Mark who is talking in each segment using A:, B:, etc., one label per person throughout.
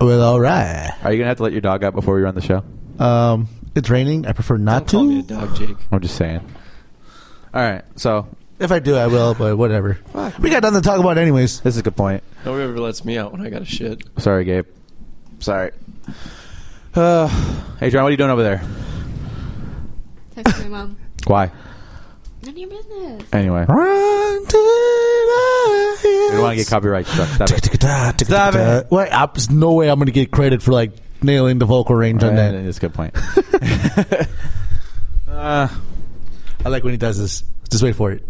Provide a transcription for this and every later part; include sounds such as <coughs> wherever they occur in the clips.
A: Well, all right.
B: Are you gonna have to let your dog out before we run the show?
A: Um, it's raining. I prefer
C: Don't
A: not
C: call me a
A: to.
C: dog, Jake.
B: I'm just saying. All right, so
A: If I do, I will. But whatever.
C: Fuck.
A: We got nothing to talk about, anyways.
B: this is a good point.
C: Nobody ever lets me out when I got a shit.
B: Sorry, Gabe. Sorry. <sighs> Uh, hey, John, what are you doing over there?
D: Text my mom. <laughs>
B: Why?
D: None of your business.
B: Anyway, we
A: Run to the hills.
B: don't want to get copyright struck.
A: <laughs>
B: Stop it.
A: Tick-a-tick-a-da,
B: Stop
A: tick-a-tick-a-da. Wait, I- there's no way I'm going to get credit for like nailing the vocal range on
B: Right,
A: that.
B: That's a good point. <laughs> uh,
A: I like when he does this. Just wait for it.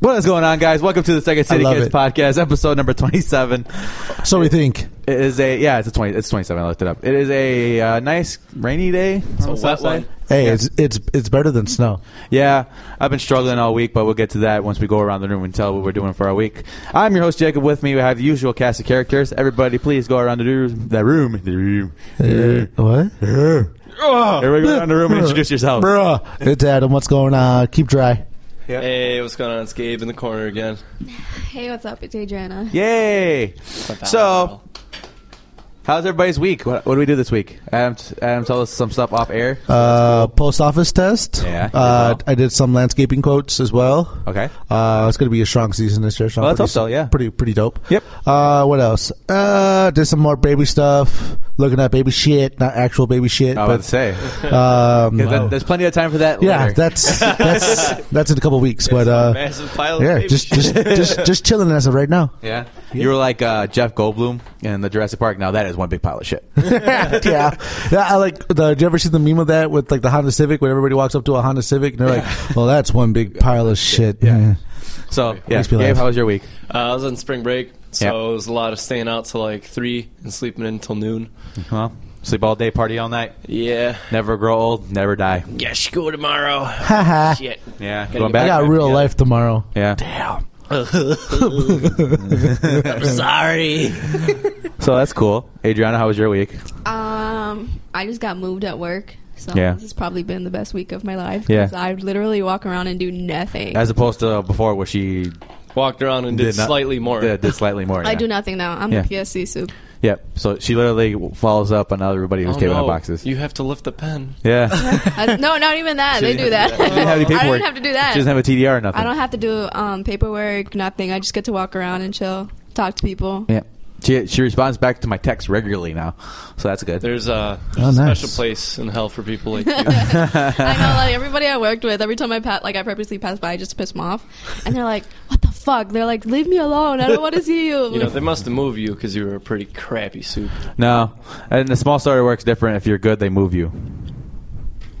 B: what is going on, guys? Welcome to the Second City
A: love
B: Kids
A: it.
B: podcast, episode number twenty-seven.
A: So we think.
B: It is a yeah, it's a twenty. It's twenty-seven. I looked it up. It is a uh, nice rainy day. It's
C: a wet one.
A: Hey,
B: Yeah.
A: it's it's it's better than snow.
B: Yeah, I've been struggling all week, but we'll get to that once we go around the room and tell what we're doing for our week. I'm your host Jacob. With me, we have the usual cast of characters. Everybody, please go around the room. The room. The room.
A: Uh, what?
B: Everybody, go around the room and introduce yourselves.
A: Bruh, it's Adam. What's going on? Keep dry.
C: Hey, what's going on? It's Gabe in the corner again.
D: Hey, what's up? It's Adriana.
B: Yay! So, how's everybody's week? What, what do we do this week? Adam, Adam, tell us some stuff off air.
A: Uh, post office test.
B: Yeah, you
A: Uh,
B: did well.
A: I did some landscaping quotes as well.
B: Okay.
A: Uh, it's going to be a strong season this year. So
B: Well,
A: I'm
B: let's hope
A: pretty-
B: so, yeah.
A: Pretty pretty dope.
B: Yep.
A: Uh, what else? Uh, did some more baby stuff. Looking at baby shit, not actual baby shit.
B: I was about to
A: but
B: say
A: um,
B: Oh, 'Cause there- there's plenty of time for that.
A: yeah,
B: later.
A: that's
B: <laughs>
A: that's that's in a couple weeks. But uh,
C: massive pile of
A: yeah,
C: baby
A: just
C: shit. <laughs>
A: just just just chilling as of right
B: <laughs>
A: now.
B: yeah. You were like uh, Jeff Goldblum in the Jurassic Park. Now that is one big pile of shit.
A: <laughs> yeah. yeah. I like. The, do you ever see the meme of that with like the Honda Civic when everybody walks up to a Honda Civic and they're like, "Well, that's one big pile of shit." Yeah.
B: So yeah,
A: Makes me
B: Gabe,
A: laugh.
B: how was your week?
C: Uh, I was on spring break, so
B: Yeah.
C: it was a lot of staying out till like three and sleeping in till noon.
B: Well, sleep all day, party all night.
C: Yeah.
B: Never grow old, never die.
C: Yes,
B: <laughs>
C: go tomorrow.
A: Haha.
C: Shit.
B: Yeah,
C: Gotta
B: going
C: get
B: back.
A: I got real
C: Yeah.
A: life <laughs> tomorrow.
B: yeah.
C: <laughs>
A: Damn.
C: I'm
D: <laughs>
C: sorry.
B: So that's cool. Adriana, how was your week?
D: Um, I just got moved at work. So
B: Yeah.
D: this has probably been the best week of my life.
B: Yeah.
D: Because I literally walk around and do nothing.
B: As opposed to before, where she
C: Walked around and did,
B: Did not-
C: slightly more.
B: did, did slightly more.
D: I
B: yeah.
D: do nothing now. I'm
B: Yeah.
D: the
B: <laughs>
D: PSC soup.
B: Yep. So she literally follows up on everybody who's
C: <laughs> Oh,
B: taking out
C: no.
B: boxes.
C: You have to lift the pen.
B: yeah. <laughs>
D: I- Uh, no, not even that.
B: She
D: they
B: didn't
D: do that.
B: have to do that. She didn't have any
D: I
B: paperwork.
D: don't have to do that.
B: she doesn't have a TDR or nothing.
D: I don't have to do um, paperwork, nothing. I just get to walk around and chill, talk to people.
B: Yeah. She, she responds back to my text regularly now, so that's good.
C: There's
A: Oh,
C: a, there's a
A: nice.
C: special place in hell for people
D: <laughs>
C: like you.
D: I know, like everybody I worked with, every time I pat, like I purposely passed by just to piss them off, and they're like, "What the fuck?" They're like, "Leave me alone! I don't want to see you."
C: you know, they must have moved you because you were a pretty
B: <laughs>
C: crappy soup.
B: No, and the small starter works different. If you're good, they move you.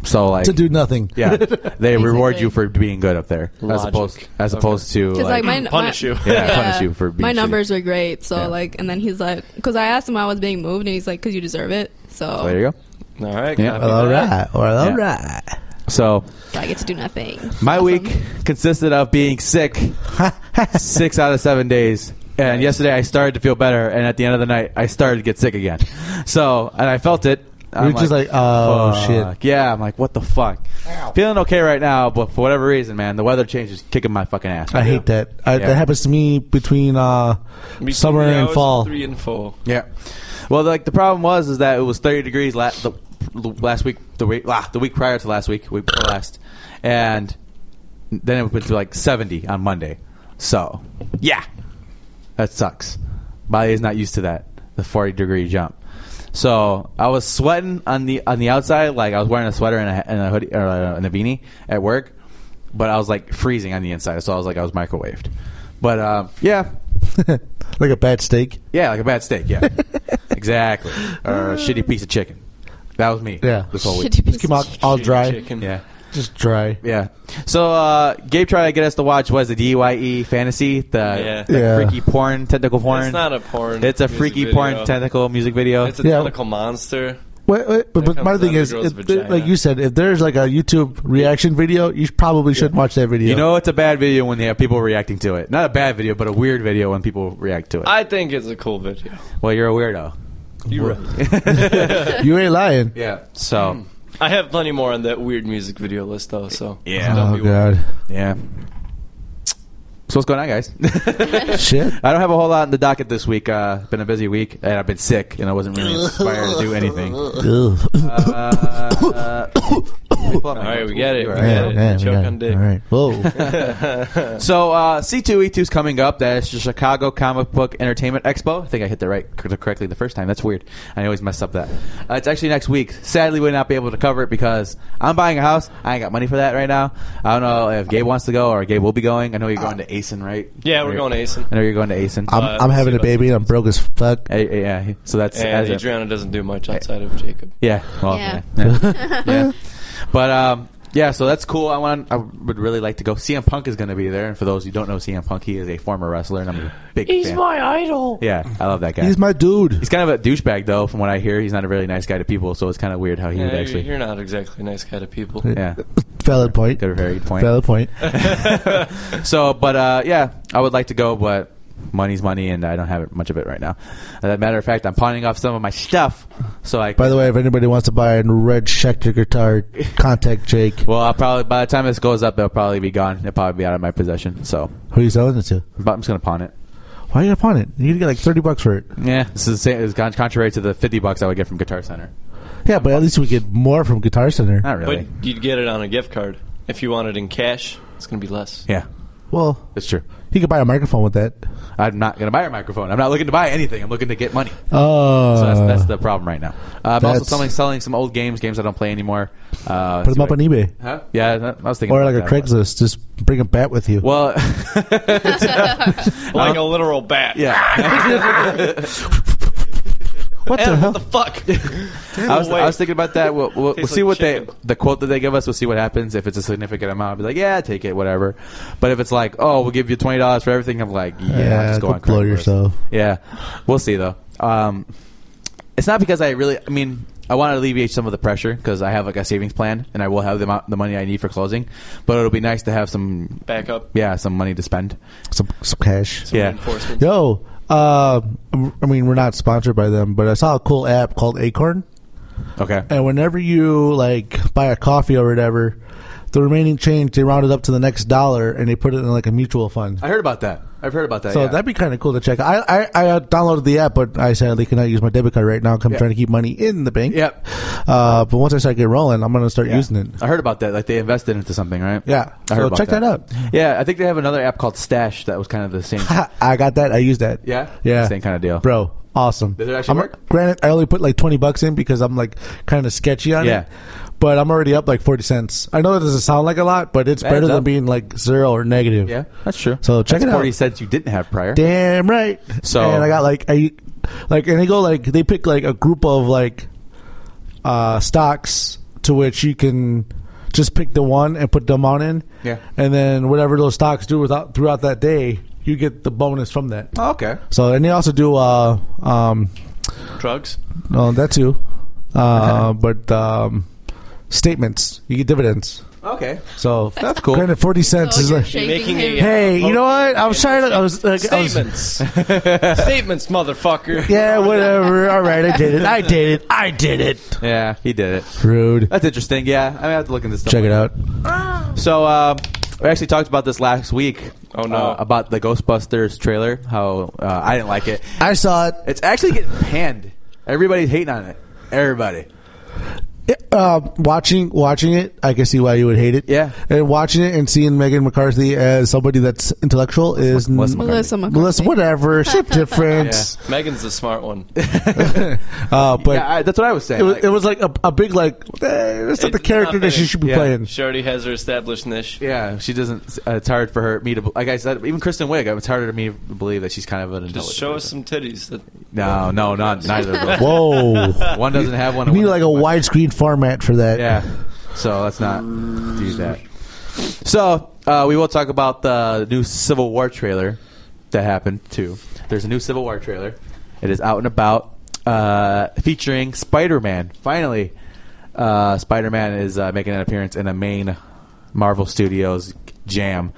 B: So
A: <laughs>
B: like
A: To do nothing.
B: Yeah, they reward
D: Basically.
B: you for being good up there, as
C: Logic.
B: opposed as
C: Okay.
B: opposed to
D: Because like,
B: like,
D: my
C: Punish
D: my-
C: you.
B: Yeah, punish you for being
D: my
B: shitty.
D: numbers were great. So
B: Yeah.
D: like, and then he's like, because I asked him why I was being moved, and he's like, because you deserve it. So,
B: There you go.
C: All right.
B: Yeah.
C: copy
A: Well, all
C: that.
A: right. Well, all right.
B: So
D: so I get to do nothing.
B: my
D: Awesome.
B: week consisted of being sick <laughs> six out of seven days. And yesterday I started to feel better, and at the end of the night I started to get sick again. So and I felt it. I'm
A: You're just like, oh, shit.
B: fuck. Yeah, I'm like, what the fuck? Feeling okay right now, but for whatever reason, man, the weather change is kicking my fucking ass.
A: I hate that. I,
B: Yeah.
A: That happens to me between uh,
C: Between
A: summer
C: the
A: and
C: hours of
A: fall. <laughs>
C: Three and four.
B: Yeah. Well, like the problem was is that it was 30 degrees la- the, the last week, the week, ah, the week prior to last week, week before last, and then it went to like 70 on Monday. So, yeah, that sucks. Body is not used to that the 40 degree jump. So I was sweating on the on the outside, like I was wearing a sweater and a, and a hoodie or uh, and a beanie at work, but I was like freezing on the inside. So I was like I was microwaved. But um, yeah,
A: like a bad steak.
B: yeah, like a bad steak.
A: <laughs>
B: Yeah, exactly. Or a shitty piece of chicken. That was me.
A: Yeah.
B: this whole week.
A: Just
D: Shitty piece
A: came
D: of
A: out
D: shit.
A: all
C: Shitty
A: dry.
C: chicken.
B: Yeah,
A: Just dry.
B: yeah. So uh, Gabe tried to get us to watch was the DYE fantasy, the,
C: Yeah.
B: the
A: Yeah.
B: freaky porn tentacle porn.
C: It's not a porn.
B: It's a
C: music
B: freaky
C: video.
B: porn tentacle music video.
C: It's a
A: Yeah.
C: tentacle monster.
A: Wait, wait, but, but
C: comes
A: my
C: out
A: thing
C: of
A: is,
C: the girl's
A: if there- like
C: vagina.
A: you said, if there's like a YouTube reaction video, you probably shouldn't watch that video.
B: you know, it's a bad video when they have people reacting to it. Not a bad video, but a weird video when people react to it.
C: I think it's a cool video.
B: well, you're a weirdo.
A: <laughs>
B: <laughs>
C: You're Hmm. right.
A: you ain't lying.
B: Yeah. So.
C: I have plenty more on that weird music video list though. So
B: Yeah.
C: Don't
A: Oh
C: be worried.
A: god.
B: Yeah. So what's going on, guys?
A: <laughs> Shit.
B: I don't have a whole lot in the docket this week. Uh, been a busy week, and I've been sick, and I wasn't really inspired to do anything. <laughs>
A: Ugh.
B: Uh, all <coughs>
C: All right, we get it. We
A: Yeah,
C: get it.
A: yeah,
C: Choke
A: yeah.
C: on dick.
A: All right.
B: <laughs>
A: Whoa.
B: So uh, C2E2 is coming up. That's the Chicago Comic Book Entertainment Expo. I think I hit that right cor- correctly the first time. That's weird. I always mess up that. Uh, it's actually next week. Sadly, we'll not be able to cover it because I'm buying a house. I ain't got money for that right now. I don't know if Gabe wants to go or Gabe will be going. I know you're going to ASIN, right?
C: <laughs> Yeah, we're going to ASIN.
B: I know you're going to ASIN.
A: I'm,
C: Uh,
A: I'm
C: let's
A: having
C: see
A: a baby and I'm broke as fuck.
B: Eh, eh, yeah. So that's
C: And
B: as a-
C: Adriana doesn't do much outside of Jacob.
B: Yeah. Well, yeah.
D: Yeah.
B: Yeah. Yeah. But um, yeah, so that's cool. I want. I would really like to go. CM Punk is going to be there, and for those who don't know CM Punk, he is a former wrestler, and I'm a big
E: He's
B: fan.
E: my idol.
B: yeah, I love that guy.
A: He's my dude.
B: He's kind of a douchebag, though, from what I hear. He's not a really nice guy to people, so it's kind of weird how he
C: Yeah,
B: would
C: you're-
B: actually.
C: you're not exactly a nice guy to people.
B: yeah,
A: Valid point.
B: good, very good point.
A: Valid point.
C: <laughs>
B: So, but uh, yeah, I would like to go, but money's money, and I don't have much of it right now. As a matter of fact, I'm pawning off some of my stuff, so I.
A: By the way, if anybody wants to buy a red Schecter guitar, contact Jake.
B: well, I'll probably by the time this goes up, it'll probably be gone. It'll probably be out of my possession. So,
A: Who are you selling it to?
B: but I'm just gonna pawn it.
A: Why are you upon it? You could get like thirty bucks for it.
B: Yeah, this is the same, it's con- contrary to the fifty bucks I would get from Guitar Center.
A: Yeah, but at least we get more from Guitar Center.
B: Not really.
C: But you'd get it on a gift card. If you want it in cash, it's going to be less.
B: yeah,
A: Well,
B: that's true.
A: you could buy a microphone with that.
B: I'm not gonna buy a microphone. I'm not looking to buy anything. I'm looking to get money.
A: Oh,
B: So that's, that's the problem right now. Uh, I'm also
A: That's-
B: selling, selling some old games, games I don't play anymore. Uh,
A: put them up on eBay
B: Huh? Yeah, that- I was thinking.
A: or
B: about
A: like a
B: that, but-
A: Craigslist. Just bring a bat with you.
B: Well, <laughs>
C: Like a literal bat.
B: yeah. <laughs>
A: what the
C: Adam,
A: hell?
C: <laughs> what the fuck?
A: <laughs>
B: I was,
C: away.
B: I was thinking about that. We'll, we'll, we'll
C: Tastes
B: see
C: like
B: what
C: chicken.
B: they the quote that they give us. We'll see what happens. If it's a significant amount, I'll be like, yeah, take it, whatever. But if it's like, oh, we'll give you twenty dollars for everything, I'm like, yeah,
A: Yeah,
B: just go,
A: go
B: on
A: blow
B: Craigslist.
A: yourself.
B: Yeah, we'll see though. Um, it's not because I really. I mean, I want to alleviate some of the pressure because I have like a savings plan and I will have the amount, the money I need for closing. But it'll be nice to have some,
C: Back up.
B: yeah, some money to spend.
A: some some cash.
C: Some
B: Yeah.
C: reinforcements.
A: Yo, uh, I mean, we're not sponsored by them, but I saw a cool app called Acorn.
B: Okay.
A: And whenever you like buy a coffee or whatever, the remaining change they round it up to the next dollar and they put it in like a mutual fund.
B: I heard about that. I've heard about that.
A: So
B: yeah.
A: that'd be kind of cool to check. I, I I uh, downloaded the app, but I sadly cannot use my debit card right now. 'cause I'm
B: Yeah.
A: trying to keep money in the bank.
B: Yep.
A: Uh, but once I start getting rolling, I'm gonna start
B: Yeah.
A: using it.
B: I heard about that. Like they invested into something, right?
A: Yeah.
B: I heard
A: So
B: about
A: check that out. <laughs>
B: Yeah, I think they have another app called Stash that was kind of the same. <laughs>
A: I got that. I used that.
B: Yeah?
A: Yeah.
B: Same kinda deal.
A: Bro, awesome.
B: Does it actually
A: I'm-
B: work?
A: Granted, I only put like 20 bucks in because I'm like kind of sketchy on
B: Yeah.
A: it. But I'm already up like 40 cents. I know that doesn't sound like a lot, but it's
B: That
A: better
B: adds
A: than
B: up.
A: being like zero or negative.
B: yeah, that's true.
A: So check
B: That's
A: it out.
B: 40 cents you didn't have prior.
A: Damn right.
B: So-
A: and I got like I like and they go like they pick like a group of like uh stocks to which you can just pick the one and put them on in.
B: Yeah.
A: And then whatever those stocks do without throughout that day, you get the bonus from that.
B: Oh, okay.
A: So and they also do uh um
C: Drugs.
A: oh that too. Uh but um statements. You get dividends.
B: Okay.
A: So
B: That's cool.
A: Granted forty cents
D: So
A: is
D: Oh, you're
A: like
D: shaking
C: Making
D: him.
C: a-
A: Hey, you know what? I was trying to I was like I was,
C: Statements.
A: <laughs>
C: Statements, motherfucker.
A: Yeah, whatever. All right, I did it. I did it. I did it.
B: Yeah, he did it.
A: Rude.
B: That's interesting. Yeah, I mean, I have to look into this stuff.
A: Check it out.
B: So, um, we actually talked about this last week.
C: Oh, no.
B: uh, about the Ghostbusters trailer, how uh, I didn't like it.
A: I saw it.
B: It's actually getting panned. Everybody's hating on it. Everybody.
A: It- um, watching watching it, I can see why you would hate it.
B: Yeah.
A: and watching it and seeing Megan McCarthy as somebody that's intellectual is
B: Melissa
A: n-
B: McCarthy.
D: Melissa McCarthy.
A: Melissa, whatever.
D: <laughs>
A: Shit difference.
C: Megan's the smart one.
A: <laughs> <laughs>
B: <laughs>
A: Uh, but
B: yeah, I, that's what I was saying.
A: it was
B: Like-
A: it was like a, a big like eh, that's not the
C: It's
A: character
C: not
A: that she
C: finished.
A: should be
B: Yeah. <laughs>
A: playing.
C: She already has her established niche.
B: Yeah, she doesn't. Uh, it's hard for her me to like I said. Even Kristen Wiig, it's harder to me to believe that she's kind of an adult.
C: Just show us some titties. That,
B: No, no, not neither of them.
A: Whoa,
C: <laughs>
B: one doesn't have one.
A: you
B: and
A: need
B: one
A: like a
B: doesn't have one.
A: widescreen format for that.
B: Yeah, so let's not do that. So uh, we will talk about the new Civil War trailer that happened too. There's a new Civil War trailer. It is out and about, uh, featuring Spider-Man. Finally, uh, Spider-Man is uh, making an appearance in a main Marvel Studios jam.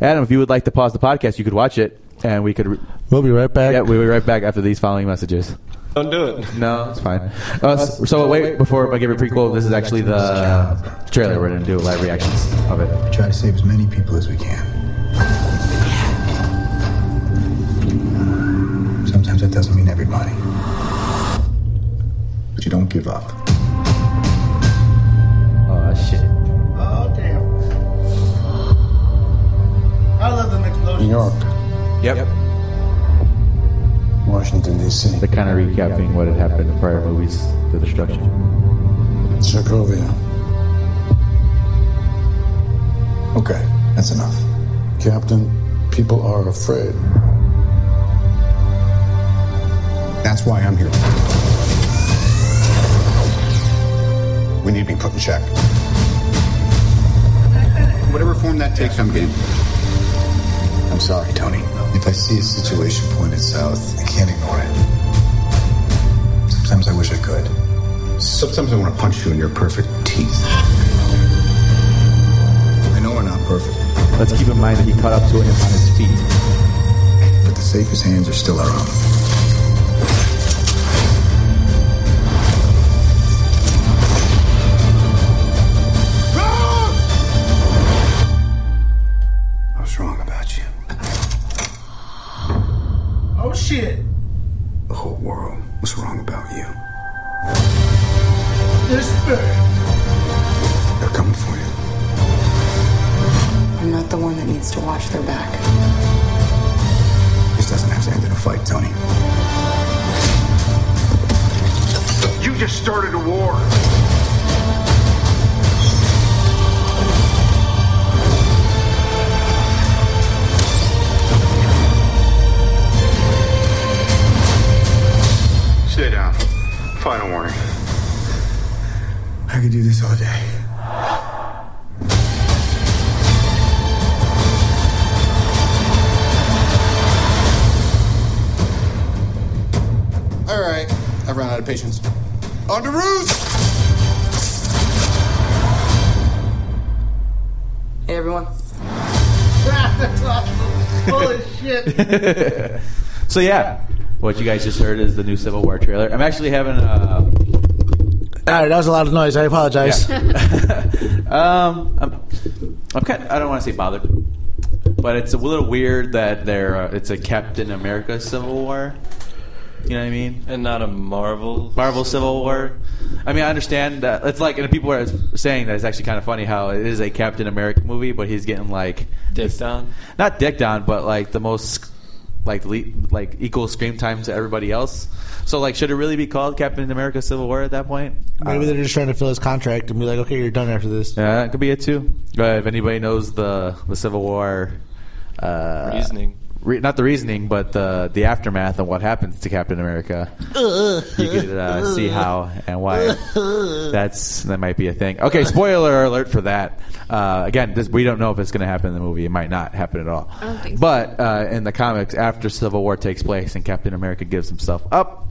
B: Adam, if you would like to pause the podcast, you could watch it, and we could. Re-
A: we'll be right back.
B: yeah, we'll be right back after these following messages.
C: don't do it.
B: No, it's fine. Uh, so, so wait, before I give a prequel, this is actually the uh, trailer. We're going to do live reactions of it.
F: try to save as many people as we can.
E: everybody. But you don't give up.
B: Oh shit.
A: Oh damn! I love them
E: New
A: explosions.
E: York,
B: Yep.
E: Washington, D.C.,
B: They're kind of recapping what had happened in prior movies, the destruction.
E: Sokovia. Okay, that's enough. Captain, people are afraid.
F: That's why I'm here. We need to be put in check. Whatever form that takes, I'm game.
E: I'm sorry, Tony. If I see a situation pointed south, I can't ignore it. Sometimes I wish I could.
F: Sometimes I want to punch you in your perfect teeth.
E: I know we're not perfect,
B: Let's keep in mind that he caught up to him on his feet.
E: but the safest hands are still our own.
F: I was wrong about you.
A: Oh shit!
F: The whole world was wrong about you.
A: This
F: They're coming for you.
G: I'm not the one that needs to watch their back.
F: This doesn't have to end in a fight, Tony.
H: You just started a war.
F: Stay down. Final warning. I could do this all day.
E: All right, I've run out of patience. On the roof!
G: Hey, everyone.
A: Holy shit!
B: <laughs> So yeah, what you guys just heard is the new Civil War trailer. I'm actually having uh, a.
A: All right, that was a lot of noise. I apologize.
B: <laughs> Um, I'm, I'm kind. I don't want to say bothered, but it's a little weird that they're. Uh, it's a Captain America Civil War. You know what I mean?
C: And not a Marvel.
B: Marvel Civil War. I mean, I understand that it's like, and people are saying that it's actually kind of funny how it is a Captain America movie, but he's getting like
C: Dick down.
B: not dicked on, but like the most like le- like equal screen time to everybody else. So like, should it really be called Captain America Civil War at that point?
A: Maybe they're just trying to fill his contract and be like, okay, you're done after this.
B: Yeah, that could be Uh, it too. But if anybody knows the the Civil War uh,
C: Reasoning.
B: re- not the reasoning, but the the aftermath and what happens to Captain America, you could uh, see how and why. That's that might be a thing. Okay, spoiler alert for that. Uh, again, this, we don't know if it's going to happen in the movie. It might not happen at all.
D: I don't think so.
B: but uh, in the comics, after Civil War takes place and Captain America gives himself up,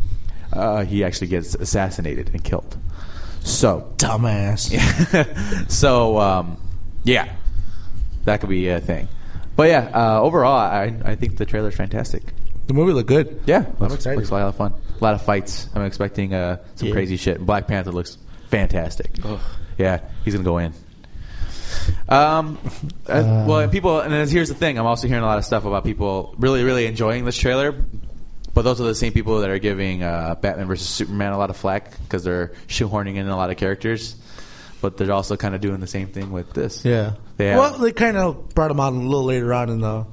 B: uh, he actually gets assassinated and killed. So
A: Dumbass.
B: so um, yeah, that could be a thing. But yeah, uh, overall, I, I think the trailer's fantastic.
A: The movie looked good.
B: Yeah, looks,
A: excited.
B: Looks a lot of fun. A lot of fights. I'm expecting uh, some
A: Yeah.
B: crazy shit. Black Panther looks fantastic. Yeah, he's gonna go in. Um, uh, well, people, and then here's the thing. I'm also hearing a lot of stuff about people really, really enjoying this trailer. But those are the same people that are giving uh, Batman versus Superman a lot of flack because they're shoehorning in a lot of characters. But they're also kind of doing the same thing with this.
A: Yeah.
B: Yeah.
A: Well, they kind of brought him on a little later on in the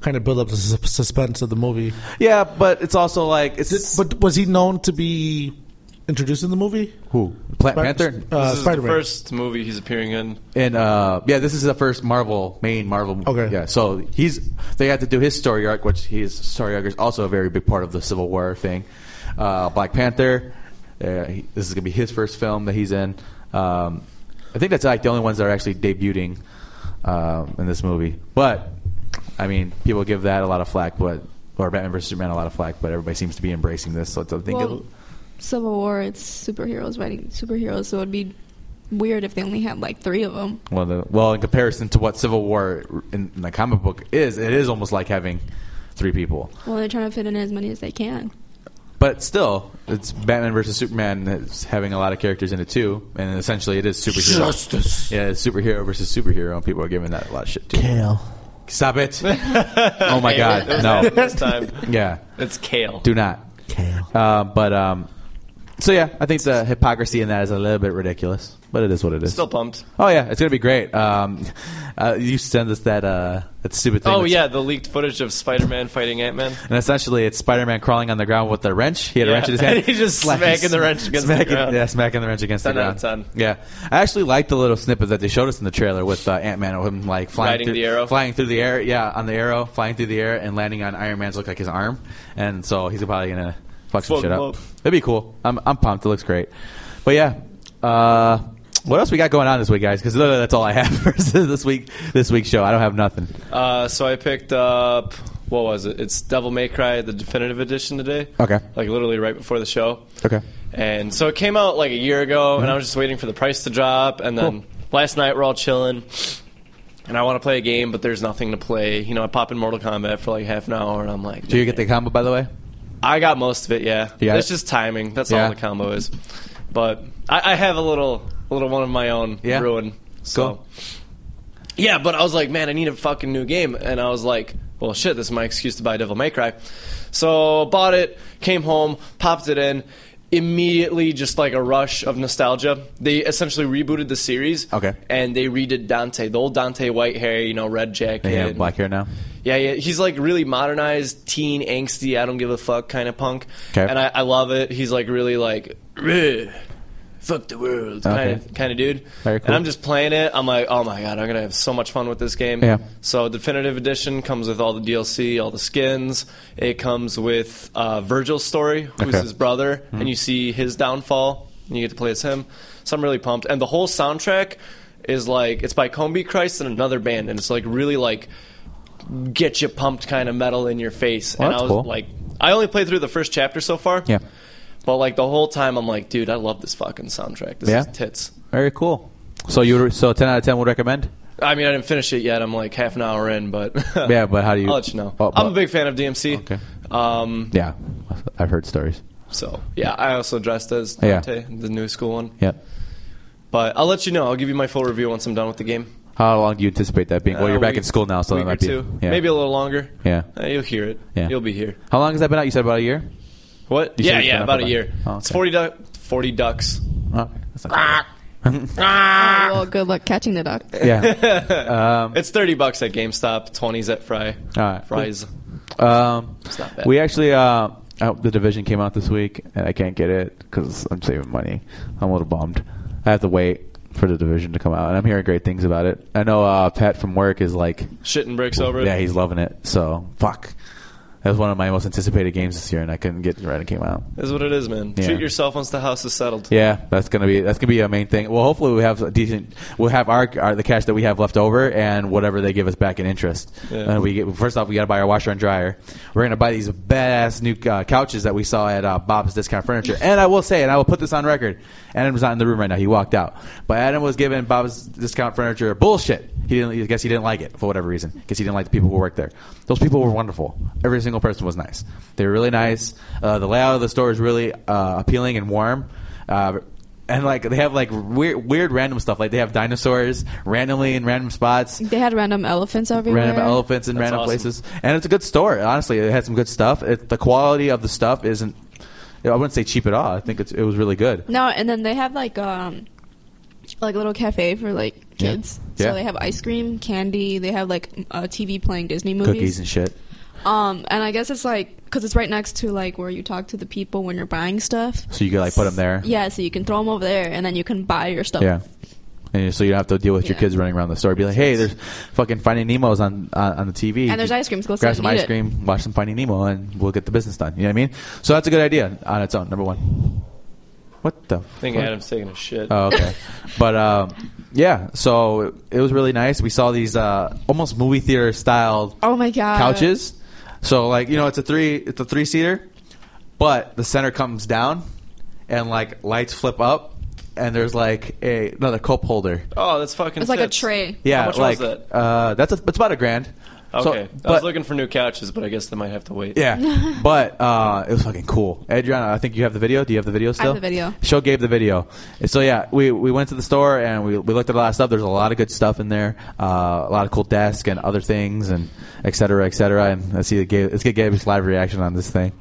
A: kind of build up the sus- suspense of the movie.
B: Yeah, but it's also like it's
A: But was he known to be introduced in the movie?
B: who Black
A: Spi-
B: Panther
A: Uh,
C: this is
A: Spider-Man.
C: the first movie he's appearing in.
B: and uh, yeah, this is the first Marvel main Marvel. movie.
A: Okay.
B: yeah. So he's they had to do his story arc, which his story arc is also a very big part of the Civil War thing. Uh, Black Panther, uh, he, this is gonna be his first film that he's in. Um, I think that's like the only ones that are actually debuting um, in this movie. But I mean, people give that a lot of flack, but or Batman vs Superman a lot of flack, but everybody seems to be embracing this. So I think
D: Well,
B: it'll,
D: Civil War, it's superheroes fighting superheroes, so it'd be weird if they only had like three of them.
B: Well, the, well, in comparison to what Civil War in, in the comic book is, it is almost like having three people.
D: Well, they're trying to fit in as many as they can.
B: But still, it's Batman versus Superman that's having a lot of characters in it too, and essentially it is superhero.
A: Justice.
B: Yeah, it's superhero versus superhero, and people are giving that a lot of shit too.
A: Kale.
B: Stop it! oh my god, no.
A: <laughs>
C: <laughs> This time,
B: Yeah,
C: it's Kale.
B: do not.
A: Kale.
B: Uh, but um, so yeah, I think the hypocrisy in that is a little bit ridiculous, but it is what it is.
C: Still pumped.
B: Oh yeah, it's gonna be great. Um, <laughs> uh, you send us that uh, that stupid thing.
C: Oh
B: that's-
C: yeah, the leaked footage of Spider-Man fighting Ant-Man.
B: and essentially it's Spider-Man crawling on the ground with a wrench. He had a
C: Yeah.
B: wrench in his hand.
C: And <laughs> he's just
B: Slaps-
C: smacking the wrench against the
B: smacking-
C: ground.
B: Yeah, smacking the wrench against the
C: 10 out
B: ground.
C: of 10.
B: Yeah, I actually liked the little snippet that they showed us in the trailer with uh, Ant-Man of him like flying
C: Riding
B: through
C: the arrow.
B: flying through the air. Yeah, on the arrow, flying through the air and landing on Iron Man's look like his arm, and so he's probably gonna fuck some
C: Fuck
B: shit
C: him
B: up.
C: up.
B: That'd be cool. I'm I'm pumped. It looks great. But yeah. Uh, what else we got going on this week, guys? Because literally that's all I have <laughs> for this week. This week's show, I don't have nothing.
C: Uh, so I picked up what was it? It's Devil May Cry, the definitive edition today.
B: Okay.
C: Like literally right before the show.
B: Okay.
C: And so it came out like a year ago, and I was just waiting for the price to drop. And then
B: Mm-hmm. Cool.
C: last night we're all chilling, and I want to play a game, but there's nothing to play. You know, I pop in Mortal Kombat for like half an hour, and I'm like,
B: Do you get the combo, by the way?
C: I got most of it. Yeah,
B: You got
C: it's
B: it?
C: just timing. That's
B: Yeah.
C: all the combo is. But I, I have a little, a little one of my own
B: Yeah.
C: brewing. So.
B: Cool.
C: Yeah, but I was like, man, I need a fucking new game, and I was like, well, shit, this is my excuse to buy Devil May Cry. So bought it, came home, popped it in. Immediately, just like a rush of nostalgia. They essentially rebooted the series.
B: Okay.
C: And they redid Dante, the old Dante, white hair, you know, red jacket.
B: They have black hair now.
C: Yeah, yeah, he's like really modernized, teen angsty, I don't give a fuck kind of punk.
B: 'Kay.
C: And I, I love it. He's like really like, "Ugh, fuck the world kind of
B: Okay.
C: kind of dude.
B: Very cool.
C: And I'm just playing it. I'm like, oh my god, I'm gonna have so much fun with this game.
B: Yeah.
C: So definitive edition comes with all the DLC, all the skins. It comes with uh, Virgil's story, who's
B: Okay. Mm-hmm.
C: his brother, and you see his downfall. And you get to play as him. So I'm really pumped. And the whole soundtrack is like it's by Combi Christ and another band, and it's like really like get you pumped kind of metal in your face.
B: Well,
C: and
B: that's
C: I was
B: cool.
C: like, I only played through the first chapter so far.
B: Yeah.
C: But like the whole time, I'm like, dude, I love this fucking soundtrack. This
B: Yeah?
C: is tits.
B: Very cool. So you would- so ten out of ten would recommend.
C: I mean, I didn't finish it yet. I'm like half an hour in, but <laughs>
B: Yeah, but how do you-
C: I'll let you know.
B: Oh, but-
C: I'm a big fan of DMC.
B: Okay.
C: Um.
B: Yeah, I've heard stories.
C: So yeah, I also dressed as
B: Yeah.
C: Dante, the new school one.
B: Yeah.
C: But I'll let you know. I'll give you my full review once I'm done with the game.
B: How long do you anticipate that being? well,
C: Uh,
B: you're back in
C: week-
B: school now, so
C: week
B: that might
C: or
B: be.
C: two.
B: Yeah.
C: maybe a little longer.
B: Yeah.
C: Uh, you'll hear it.
B: Yeah.
C: You'll be here.
B: How long has that been out? You said about a year.
C: What?
B: You said
C: yeah,
B: it's been
C: yeah,
B: up
C: about a
B: about-
C: year.
B: Oh,
C: It's
B: okay.
C: forty duck, forty ducks.
B: Oh, that's not
D: Oh, well, good luck catching the duck.
B: bad. yeah.
C: <laughs>
B: Um,
C: It's thirty bucks at GameStop, twenties at Fry.
B: right.
C: Fry's.
B: Um,
C: not bad.
B: we actually uh, oh, the division came out this week, and I can't get it because I'm saving money. I'm a little bummed. I have to wait for the division to come out, and I'm hearing great things about it. I know uh, Pat from work is like
C: Shitting bricks over it.
B: Yeah, he's loving it. So fuck. That was one of my most anticipated games this year, and I couldn't get it right. It came out.
C: Is what it is, man.
B: Yeah.
C: Treat yourself once the house is settled.
B: Yeah, that's gonna be that's gonna be a main thing. Well, hopefully we have a decent. We'll have our, our the cash that we have left over and whatever they give us back in interest.
C: Yeah.
B: And we get first off we gotta buy our washer and dryer. We're gonna buy these badass new uh, couches that we saw at uh, Bob's Discount Furniture. And I will say, and I will put this on record. Adam's not in the room right now. He walked out. But Adam was giving Bob's Discount Furniture bullshit. He didn't. I guess he didn't like it for whatever reason. Because he didn't like the people who worked there. Those people were wonderful. Every single person was nice. They were really nice. Uh, the layout of the store is really uh, appealing and warm. Uh, and like they have like weird, weird random stuff. Like they have dinosaurs randomly in random spots,
D: They had random elephants everywhere.
B: random elephants in
C: That's
B: random
C: awesome.
B: places. And it's a good store. Honestly, it had some good stuff. It, the quality of the stuff isn't. I wouldn't say cheap at all. I think it's, it was really good.
D: No, and then they have like um, like a little cafe for like
B: Yeah.
D: kids.
B: Yeah.
D: So they have ice cream, candy. They have like a TV playing Disney movies.
B: Cookies and shit.
D: Um, and I guess it's like because it's right next to like where you talk to the people when you're buying stuff.
B: So you could like put them there.
D: Yeah, so you can throw them over there, and then you can buy your stuff.
B: Yeah. And so you don't have to deal with your
D: Yeah.
B: kids running around the store. Be like, hey, there's fucking Finding Nemo's on on, on the TV.
D: And there's ice creams. Go sit
B: Grab
D: and
B: some
D: eat
B: ice
D: it.
B: cream, watch some Finding Nemo, and we'll get the business done. You know what I mean? So that's a good idea on its own. Number one. What the?
C: I think Adam's taking a shit.
B: Oh, okay. but um, yeah, so it, it was really nice. We saw these uh, almost movie theater styled
D: Oh my god. <laughs>
B: couches. So like you know, it's a three it's a three seater, but the center comes down, and like lights flip up, and there's like a another cup holder.
C: oh, that's fucking.
D: It's like a
C: tits.
D: tray.
B: Yeah,
C: How much
B: like
C: was that?
B: uh, that's a, it's about a grand. So-
C: Okay, I was
B: but-
C: looking for new couches, but I guess they might have to wait.
B: Yeah, but uh, it was fucking cool. Adriana, I think you have the video. Do you have the video still?
D: the video.
B: Show Gabe the video. So yeah, we, we went to the store and we, we looked at a lot of stuff. There's a lot of good stuff in there, uh, a lot of cool desks and other things and et cetera, et cetera. And let's see, Gabe, let's get Gabe's live reaction on this thing.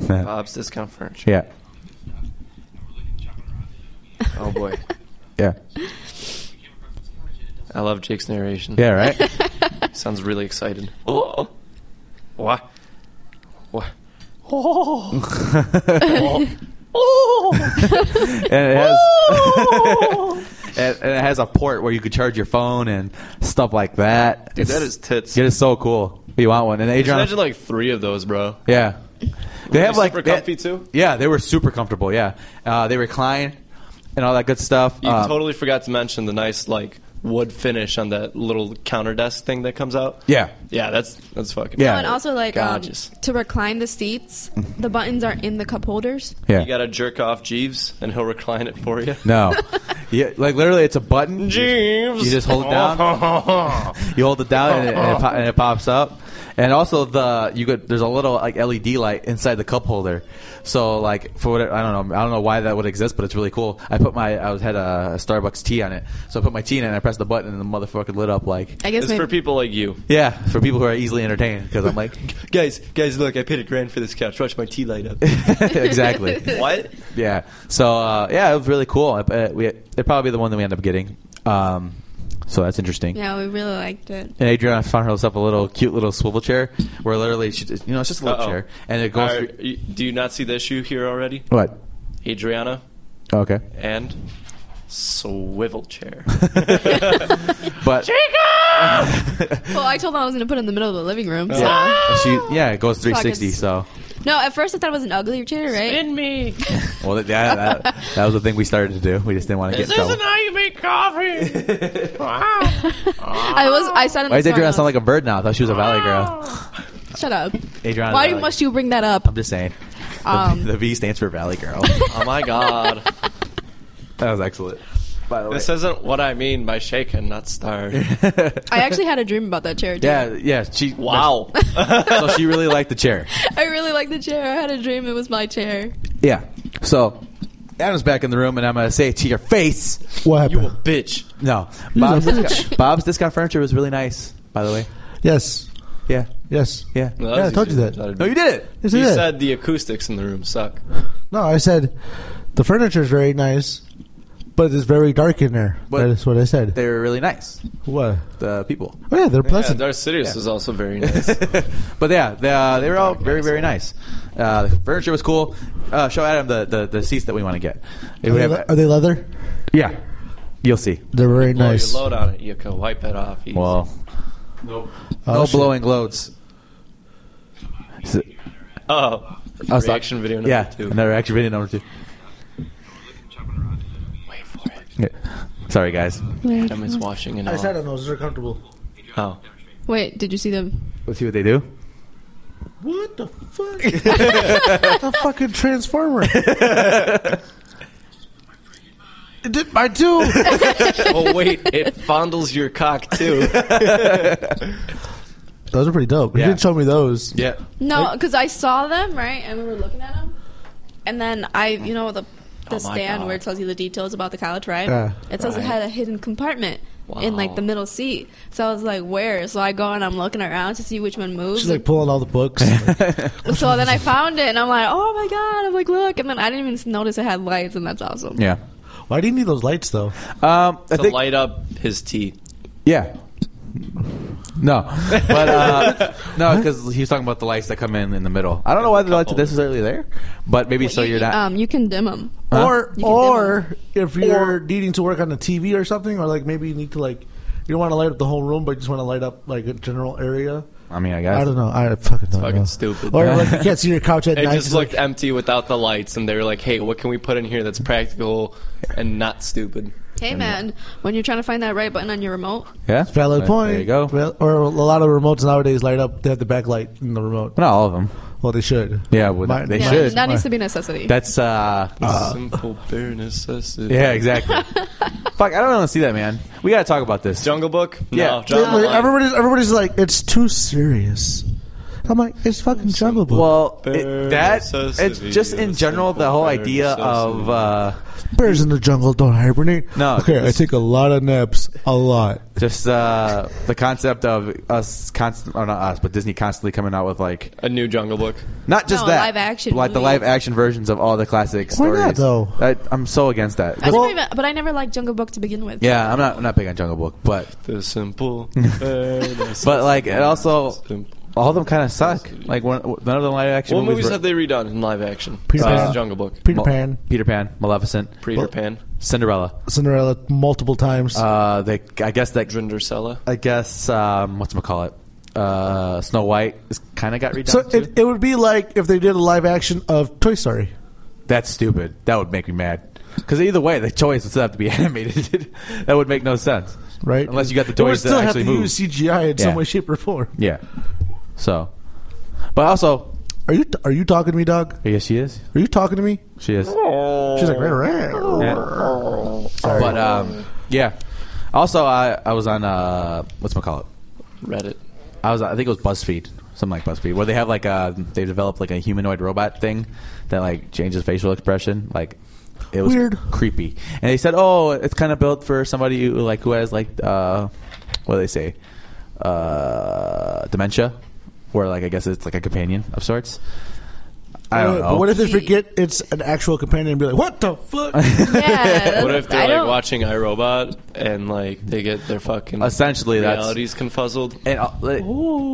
C: Bob's Discount
B: <laughs>
C: Furniture.
B: Yeah.
C: Oh boy,
B: Yeah.
C: I love Jake's narration.
B: Yeah,
D: <laughs>
B: right?
C: He <laughs> sounds really excited. Oh, what?
B: <laughs>
C: What?
D: <laughs> Oh,
B: <laughs> and it has and, and it has a port where you could charge your phone and stuff like that.
C: Dude, that
B: It's-
C: is tits.
B: It is so cool. You want one? And Adrian,
C: Imagine like three of those, bro.
B: yeah, they have like
C: super
B: they-
C: comfy, too?
B: Yeah, they were super comfortable. Yeah, uh, they recline and all that good stuff.
C: You
B: Um,
C: totally forgot to mention the nice like wood finish on that little counter desk thing that comes out.
B: Yeah,
C: Yeah, that's that's fucking.
B: Yeah.
D: and also like um,
C: Gorgeous.
D: to recline the seats, the buttons are in the cup holders.
B: yeah.
C: You gotta jerk off Jeeves, and he'll recline it for
B: <laughs>
C: you.
B: no, yeah, like literally, it's a button.
C: Jeeves.
B: You just hold it down. you hold it down and it, and, it, po- and it pops up. And also the you could there's a little like LED light inside the cup holder. So like for what I don't know I don't know why that would exist, but it's really cool. I put my I was had a Starbucks tea on it, so I put my tea in it and I pressed the button and the motherfucker lit up like
D: I guess
C: It's
D: maybe
C: for people like you,
B: yeah for people who are easily entertained because I'm like <laughs>
C: guys. Guys, look, I paid a grand for this couch. Watch my tea
B: <laughs>
C: light up.
B: exactly
C: <laughs> what?
B: yeah so uh, yeah it was really cool. Uh, we it probably the one that we end up getting. Um, so that's interesting.
D: yeah, we really liked it. <laughs>
B: And Adriana found herself a little cute little swivel chair where literally she just, you know, it's just a little
C: Uh-oh.
B: chair and it
C: All
B: goes
C: right,
B: through.
C: you- do you not see the issue here already,
B: What?
C: Adriana?
B: Okay.
C: And swivel chair.
B: <laughs> But
D: <laughs> Well, I told them I was gonna put it in the middle of the living room. So.
B: she, yeah, it goes 360.
D: Pockets.
B: So,
D: No, at first I thought it was an uglier chair, right?
C: me.
B: well, that, yeah, that, that was the thing we started to do. We just didn't want to get in trouble.
C: how you make coffee.
D: I was. I sat in
B: Why does
D: the store and I
B: Adriana
D: was
B: sound like a bird now? I thought she was a valley girl.
C: Oh.
D: like, Shut up.
B: Adriana.
D: Why
B: valley.
D: must you bring that up?
B: I'm just saying. <laughs> The, <laughs>
D: Um,
B: the V stands for valley girl.
C: <laughs> Oh my god.
B: that was excellent. By the way.
C: This isn't what I mean by shaken, not starved.
B: <laughs>
D: I actually had a dream about that chair. Too. <laughs>
B: Yeah, yeah. She
C: Wow.
B: <laughs> So she really liked the chair.
D: I really like the chair. I had a dream it was my chair.
B: Yeah. So Adam's back in the room, and I'm gonna say it to your face.
A: What
C: you
A: happened?
C: a bitch.
B: No, Bob's discount, Bob's discount furniture was really nice, by the way.
A: yes.
B: Yeah,
A: Yes.
B: yeah.
C: No,
A: Yeah, I
C: was
A: told you
C: easy.
A: that.
B: No, you did it.
A: Yes,
C: You
A: it is.
C: said the acoustics in the room suck.
A: no, I said the furniture is very nice, but it's very dark in there.
B: But-
A: that is what I said.
B: They were really nice,
A: What?
B: the people. <laughs>
A: Oh, yeah, they're
C: Yeah,
A: pleasant.
C: Darth Sidious is also very nice.
B: But yeah, they, uh, they were all very, very nice. Uh, the furniture was cool. Uh, show Adam the, the, the seats that we want to get. It
A: are,
B: would
A: they,
B: have-
A: le- are they leather?
B: yeah, you'll see.
A: They're very
C: Blow
A: nice.
C: your load on it, you can wipe it off. easy.
B: Well,
A: Oh,
B: no
A: shit.
B: blowing loads. So-
C: oh,
B: I was like-
C: reaction video number
B: yeah,
C: two.
B: another action video number two.
C: Wait for it.
B: Yeah. Sorry, guys.
C: Adam is watching and
A: I said I
C: all.
A: don't know. Those are comfortable.
C: Oh,
D: Wait, did you see them?
B: Let's see what they
C: <laughs>
B: do.
A: What the fuck? <laughs> the fucking
B: <laughs>
A: transformer. It did mine
B: <laughs>
A: too.
C: oh wait, it fondles your cock
B: <laughs>
C: too.
A: those are pretty dope.
B: Yeah.
A: You didn't show me those.
B: Yeah.
D: No, because I saw them right, and we were looking at them, and then I, you know, the the
C: Oh my
D: stand
C: God.
D: where it tells you the details about the couch, right?
A: Yeah.
D: it says it had a hidden compartment. In
C: Wow.
D: like the middle seat, so I was like, "Where?" So I go and I'm looking around to see which one moves.
A: She's like pulling all the
B: <laughs>
A: books.
D: so then
A: <laughs>
D: I found it, and I'm like, "Oh my god!" I'm like, "Look!" And then I didn't even notice it had lights, and that's awesome.
B: Yeah.
A: Why do you need those lights though?
B: Um, I
C: to
B: think,
C: light up his tea.
B: Yeah.
C: <laughs>
B: No, but uh, no, because he was talking about the lights that come in in the middle. I don't know why the lights are necessarily there, but maybe so
D: you,
B: you're not.
D: Um, you can dim them.
B: Huh?
A: Or
D: You can
A: or if you're needing to work on the TV or something, or like maybe you need to like you don't want to light up the whole room, but you just want to light up like a general area.
C: Uh,
B: I mean, I
A: I
B: guess.
A: don't know. I fucking don't
C: fucking
A: know.
C: stupid.
A: Or like you can't see your couch
B: <laughs>
A: at
C: It
A: night.
C: just
A: It's like-
C: looked empty without the lights, and they were like, "Hey, what can we put in here that's practical and not stupid?"
D: Hey man, when you're trying to find that right button on your remote,
B: Yeah,
A: Valid
B: There-
A: point.
B: There you go.
A: Val- Or a lot of remotes nowadays light up. They have the backlight in the remote.
B: Not all of them.
A: Well, they should.
B: Yeah, well,
A: My-
B: they
A: my-
D: yeah,
B: should.
D: that needs to be a necessity.
B: That's uh,
C: Simple bare necessity.
B: yeah, exactly. Fuck, I don't want to see that, man. We gotta talk about this.
C: Jungle Book.
B: Yeah.
C: No, Jungle
A: Like,
C: Book.
A: everybody's everybody's like, it's too serious. I'm like, it's fucking Jungle Book.
B: Well, it,
I: They're
B: that
I: so
B: it's just in
I: severe,
B: general the
I: simple.
B: whole
I: They're
B: idea
I: so
B: of
I: severe.
B: uh,
A: Bears in the jungle don't hibernate.
B: No,
A: Okay, I
B: it's-
A: take a lot of naps. A lot.
B: just uh, the concept of us constant or not us, but Disney constantly coming out with like
C: A new Jungle Book.
B: not just
D: No,
B: that
D: live action
B: but like the
D: movie.
B: live action versions of all the classic
A: Why not,
B: stories.
A: though?
B: I, I'm so against that.
D: I was
A: Well-
D: pretty- but I never liked Jungle Book to begin with.
B: yeah, I'm not I'm not big on Jungle Book, but <laughs>
C: The simple.
B: but like it also
C: simple.
B: all of them kind of suck. Like one, none of the live action
C: What movies
B: were-
C: have they redone in live action?
A: Peter
C: Besides
A: Pan.
C: the Jungle Book.
A: Peter
B: Mul-
A: Pan,
B: Peter Pan, Maleficent,
C: Peter Pan.
B: Cinderella.
A: Cinderella, multiple times.
B: Uh, they I guess that
C: Drindersella.
B: I guess um, what's call it? Uh, Snow White is kind of got redone.
A: so
B: too.
A: it, it would be like if they did a live action of Toy Story.
B: That's stupid. That would make me mad. Because either way, the toys would still have to be <laughs> animated. that would make no sense,
A: Right,
B: Unless you got the
A: It would
B: toys
A: still
B: that
A: have
B: actually
A: to
B: move.
A: use CGI in
B: Yeah.
A: some way, shape, or form.
B: yeah. So, but also,
A: Are you are you talking to me, dog?
B: yes, she is.
A: Are you talking to me?
B: She is.
A: She's like, rah, rah.
B: But um, yeah. Also, I I was on uh, what's call it?
C: Reddit.
B: I was I think it was BuzzFeed, something like BuzzFeed, where they have like a they developed like a humanoid robot thing that like changes facial expression, like it was
A: Weird.
B: creepy. And they said, oh, it's kind of built for somebody who like who has like uh, what do they say, uh, dementia, where like I guess it's like a companion of sorts. I don't know.
A: Uh, But what if they forget it's an actual companion and be like, what the
B: <laughs>
A: fuck? That's
C: <laughs>
D: Yeah.
C: What if
D: I
C: they're like
D: don't-
C: watching iRobot and like they get their fucking
B: Essentially, that's-
C: realities confuzzled?
B: and uh, like-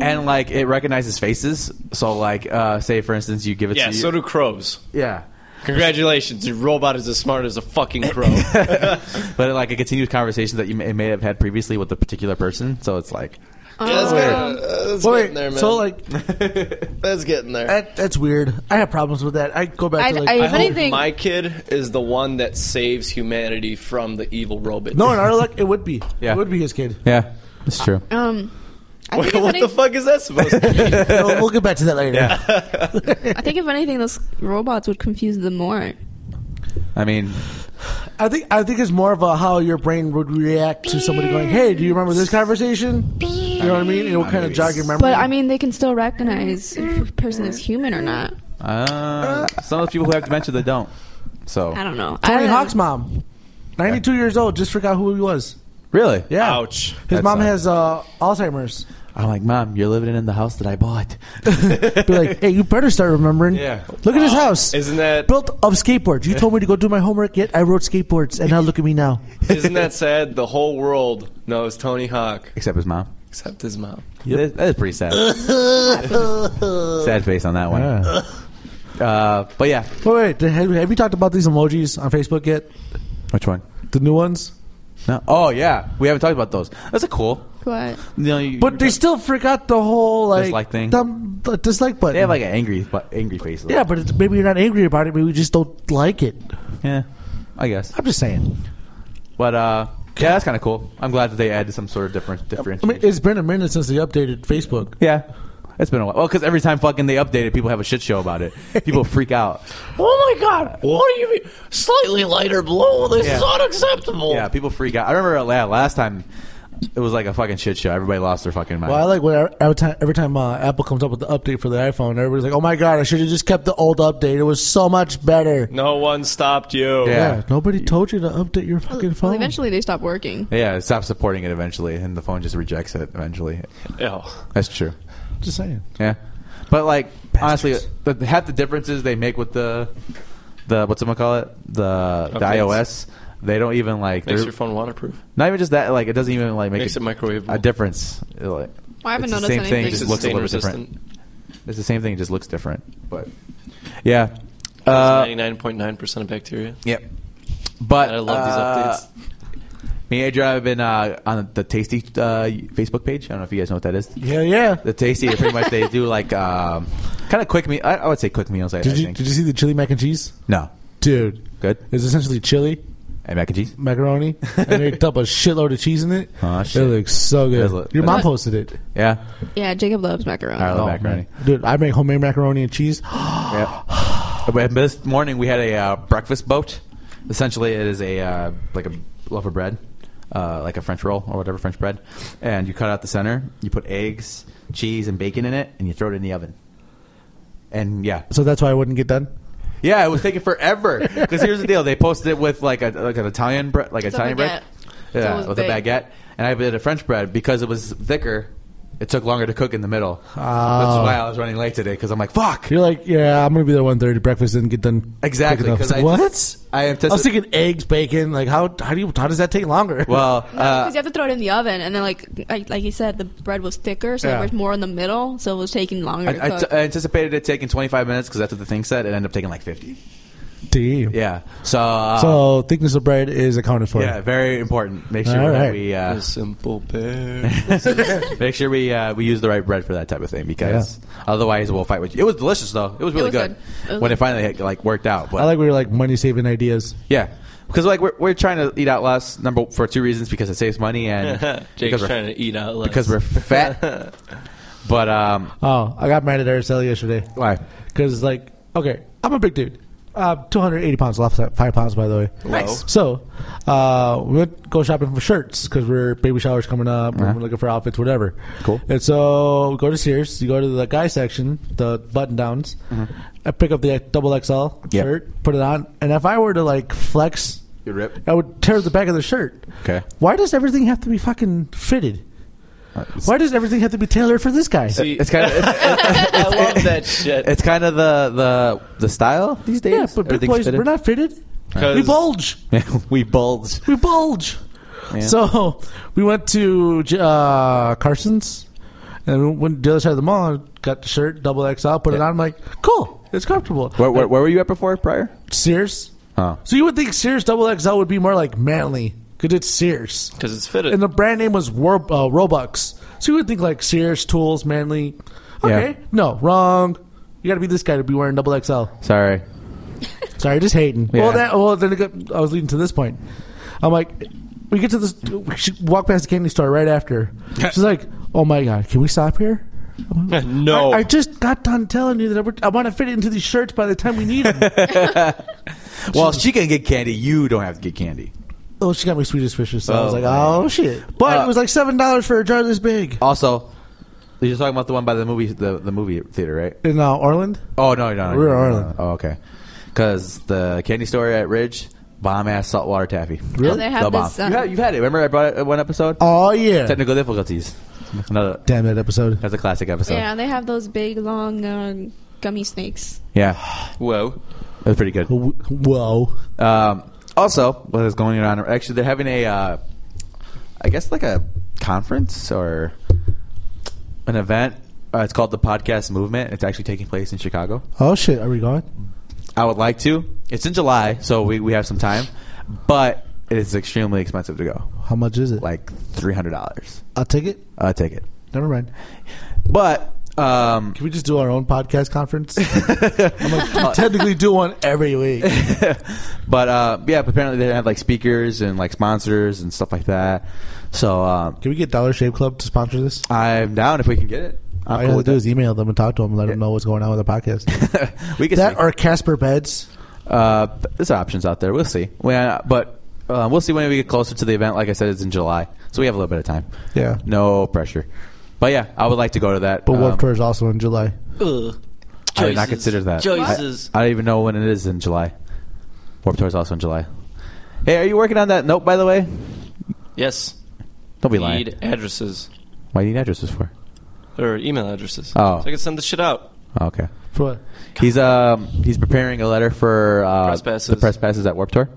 B: and like it recognizes faces, so like uh, say for instance you give it
C: Yeah,
B: to
C: so
B: you,
C: do crows.
B: yeah,
C: Congratulations, your robot is as smart as a fucking
A: <laughs>
C: <laughs> crow.
B: But like it continues conversations that you may, may have had previously with a particular person. So it's like
C: that's
D: Um,
C: uh, getting there, man.
A: Oh. So like,
C: that's getting there.
A: that, that's weird. I have problems with that. I go back to
D: I'd-
A: like,
D: I-
C: I
D: If
C: hope
D: anything-
C: my kid is the one that saves humanity from the evil robot.
A: no, in our luck, it would be.
B: Yeah.
A: It would be his
B: <laughs>
A: kid.
B: yeah, it's true.
D: um,
C: <laughs>
D: I
C: what
D: think, if any-
C: the fuck is that supposed to be?
A: we'll, we'll get back to that later.
D: I think if anything, those robots would confuse them more.
B: I mean,
A: I think I think it's more of a how your brain would react to somebody going, "Hey, do you remember this conversation?" You know what I mean? It will kind of jog your memory.
D: But I mean, they can still recognize if a person is human or not.
B: uh, some of the people who have dementia they don't. So
D: I don't know. I
A: Tony
D: don't-
A: Hawk's mom, ninety-two years old, just forgot who he was.
B: really,
A: <laughs> Yeah,
C: Ouch.
A: His
B: That's
A: mom
B: not-
A: has uh, Alzheimer's.
B: I'm like, mom, you're living in the house that I bought.
A: Be like, "Hey, you better start remembering."
B: Yeah. Oh,
A: Look at his house.
C: Ah, Isn't that
A: Built of skateboards. You told me to go do my homework. Yet I wrote skateboards, and now look at me
B: <laughs>
A: now.
C: isn't that sad? The whole world knows Tony Hawk
B: Except his mom.
C: except his mom.
B: That, that is pretty
D: <laughs>
B: sad. sad face on that one. Uh, but yeah,
A: Wait, wait. did- Have, have you talked about these emojis on Facebook yet?
B: which one?
A: The new ones.
B: No. Oh yeah, we haven't talked about those. That's a cool.
D: What?
B: You know, you-
A: But they still forgot the whole like
B: Dislike thing?
A: thumb- the dislike button.
B: they have like an angry, but angry face.
A: Yeah, but it's, maybe you're not angry about it. Maybe you just don't like it.
B: yeah, I guess.
A: I'm just saying.
B: But uh, yeah, that's kind of cool. I'm glad that they added some sort of
A: I
B: different
A: mean,
B: differentiation.
A: it's been a minute since they updated Facebook.
B: yeah, it's been a while. Well, because every time fucking they update it, people have a shit show about it. People freak out.
C: Oh my god! What do you mean? Slightly lighter blue. This
B: Yeah.
C: is unacceptable.
B: Yeah, people freak out. I remember la- last time it was like a fucking shit show. Everybody lost their fucking mind.
A: Well, I like when I- every time, every time uh, Apple comes up with the update for the iPhone, everybody's like, "Oh my god, I should have just kept the old update. It was so much better."
C: No one stopped you.
B: Yeah.
A: Yeah, nobody told you to update your fucking phone.
D: Well, eventually they stop working.
B: yeah, it stops supporting it eventually, and the phone just rejects it eventually.
C: Ew.
B: That's true.
A: just saying.
B: Yeah, but like honestly, the, half the differences they make with the the what's it call it the the
C: Updates.
B: iOS. They don't even like
C: Makes
B: they're-
C: your phone waterproof.
B: Not even just that. Like it doesn't even like make
C: Makes
B: a,
C: it microwaveable.
B: a difference. It, like,
D: Well, I haven't
B: it's the
D: noticed
B: same
D: anything.
B: thing. Just
D: Makes it
B: looks a
C: stain
B: little bit
C: resistant.
B: different. It's the same thing. It just looks different. But yeah, uh,
C: Ninety-nine point nine percent of bacteria.
B: yep. But
C: I love these
B: uh,
C: updates.
B: Me and Adrian have been uh, on the Tasty uh, Facebook page. I don't know if you guys know what that is.
A: Yeah, yeah.
B: The Tasty, pretty much they do like um, kind of quick meal. I, I would say quick meals. I, I
A: Did you
B: think.
A: did you see the chili mac and cheese,
B: no,
A: dude?
B: good.
A: It's essentially chili
B: And mac and cheese.
A: macaroni, and they dump a shitload of cheese in it.
B: Aw,
A: It
B: shit.
A: looks so
B: Does
A: good.
B: look-
A: your mom
B: does-
A: posted it.
B: Yeah,
D: Yeah, Jacob loves macaroni.
B: I love
A: Oh,
B: macaroni.
A: man. dude. I make homemade macaroni and cheese.
B: Yeah. <sighs> But this morning we had a uh, breakfast boat. Essentially, it is a uh, like a loaf of bread, uh, like a French roll or whatever French bread, and you cut out the center. You put eggs, cheese, and bacon in it, and you throw it in the oven. And yeah,
A: So that's why I wouldn't get done.
B: yeah, it was taking forever.
D: <laughs>
B: Because here's the deal: they posted it with like a like an Italian bread, like
D: It's a
B: Italian bread,
D: It's
B: yeah,
D: always
B: with a
D: big.
B: baguette. And I did a French bread because it was thicker. It took longer to cook in the middle. That's
D: Oh.
A: Ah.
B: why I was running late today because I'm like, fuck.
A: You're like, yeah, I'm gonna be there one thirty. Breakfast didn't get done quick
B: Exactly,
A: enough.
B: 'cause I
A: what?
B: just- I have tested-
A: I was thinking eggs, bacon. Like how how do you how does that take longer?
B: Well,
D: because
B: uh,
D: you have to throw it in the oven, and then like like, like you said, the bread was thicker, so
A: Yeah.
D: there was more in the middle, so it was taking longer.
B: I, I,
D: to cook.
B: t- I anticipated it taking 25 minutes because that's what the thing said. It ended up taking like 50.
A: <laughs> Damn.
B: Yeah. So, uh,
A: So thickness of bread is accounted for.
B: yeah, very important. Make sure
A: All
B: that
A: right.
B: we uh,
C: simple bear.
B: make sure we uh, we use the right bread for that type of thing because otherwise we'll fight with you. It was delicious though. It was really
D: was
B: good,
D: good. It was
B: when it
D: good.
B: finally like worked out. But
A: I like we were like money saving ideas.
B: yeah, because like we're, we're trying to eat out less number for two reasons because it saves money and
C: <laughs> Jake's
B: <laughs> because we're,
C: trying to eat out less.
B: because we're fat. but um,
A: Oh, I got mad at Araceli yesterday
B: why?
A: because like okay, I'm a big dude. Uh, 280 pounds, lost five pounds by the way.
B: Nice.
A: So, uh, we went to go shopping for shirts because we're baby showers coming up. and
B: Uh-huh.
A: We're looking for outfits, whatever.
B: Cool.
A: And so, we go to Sears. You go to the guy section, the button downs.
B: Uh-huh.
A: I pick up the double XL
B: Yep.
A: shirt, put it on, and if I were to like flex,
B: You rip.
A: I would tear the back of the shirt.
B: Okay.
A: Why does everything have to be fucking fitted?
B: Uh, It's,
A: Why does everything have to be tailored for this guy?
C: See, <laughs>
B: kind of <laughs> it's,
C: I love that shit.
B: it's kind of the the the style these days.
A: yeah, but big
B: Everything's
A: boys,
B: fitted.
A: we're not fitted.
C: 'Cause-
A: We bulge.
B: <laughs> we bulge.
A: We bulge.
B: Yeah.
A: So we went to uh, Carson's and we went to the other side of the mall and got the shirt, double XL, put it
B: Yeah.
A: on. I'm like, cool, it's comfortable.
B: Where, where, where were you at before prior?
A: Sears.
B: Oh.
A: So you would think Sears double XL would be more like manly because it's Sears.
C: Because it's fitted.
A: And the brand name was War, uh, Robux. So you would think like Sears, Tools, manly. Okay.
B: Yeah.
A: No, wrong. You got to be this guy to be wearing double XL.
B: Sorry.
A: Sorry, just hating.
B: Yeah.
A: Well, that well then it got, I was leading to this point. I'm like, we get to this, we should walk past the candy store right
B: <laughs>
A: after. She's like, oh my god, can we stop here?
C: no.
A: I, I just got done telling you that I, would- I want to fit into these shirts by the time we need
B: <laughs>
A: them.
B: Well, she can get candy. You don't have to get candy.
A: oh, she got me sweetest wishes. So I was
B: Oh,
A: like,
B: man.
A: oh shit. But
B: Uh,
A: it was like seven dollars for a jar this big
B: Also, you're talking about the one by the movie the, the movie theater, right?
A: in uh, Orland.
B: Oh no, no, no
A: We're in
B: no, no,
A: Ireland.
B: no. Oh, okay. Because the candy store at Ridge, bomb ass saltwater taffy.
A: Really?
D: Oh, they
B: The
D: have
B: bomb.
D: this. uh,
B: you had, you've had it. Remember, I brought it in one episode.
A: Oh yeah.
B: Technical difficulties. Another.
A: Damn that episode.
B: That's a classic episode.
D: yeah, they have those big long uh, gummy snakes.
B: yeah.
C: Whoa.
B: That was pretty good.
A: W- Whoa.
B: Um, also, what is going on? Actually, they're having a, uh, I guess, like a conference or an event. Uh, it's called the Podcast Movement. It's actually taking place in Chicago.
A: Oh shit. Are we going?
B: I would like to. It's in July, so we, we have some time, but it is extremely expensive to go,
A: How much is it?
B: like three hundred dollars.
A: I'll take it.
B: I take it,
A: Never mind.
B: but um, <laughs>
A: Can we just do our own podcast conference? I'm like, we technically do one every week.
B: but uh, yeah. But apparently, they have like speakers and like sponsors and stuff like that. So um,
A: Can we get Dollar Shave Club to sponsor this?
B: I'm down if we can get it.
A: All
B: I'm
A: you have
B: cool
A: to
B: with
A: do
B: that.
A: is email them and talk to them and let them know what's going on with the
B: <laughs>
A: podcast.
B: we can
A: that or Casper Beds.
B: Uh, there's options out there. We'll see. We, uh, but uh, we'll see when we get closer to the event. Like I said, it's in July, so we have a little bit of time.
A: Yeah.
B: No pressure. But yeah, I would like to go to that.
A: But Warped
B: Um,
A: Tour is also in July.
B: I
C: Ugh.
B: did not
C: Choices.
B: consider that.
C: Choices.
B: I, I don't even know when it is in July. Warp Tour is also in July. Hey, are you working on that note? By the way,
C: yes.
B: don't be lying.
C: Need addresses
B: Why do you need addresses for?
C: or email addresses.
B: Oh.
C: So I can send the shit out.
B: Oh, okay.
A: For what?
B: He's um he's preparing a letter for uh,
C: Press passes.
B: the press passes at Warp Tour,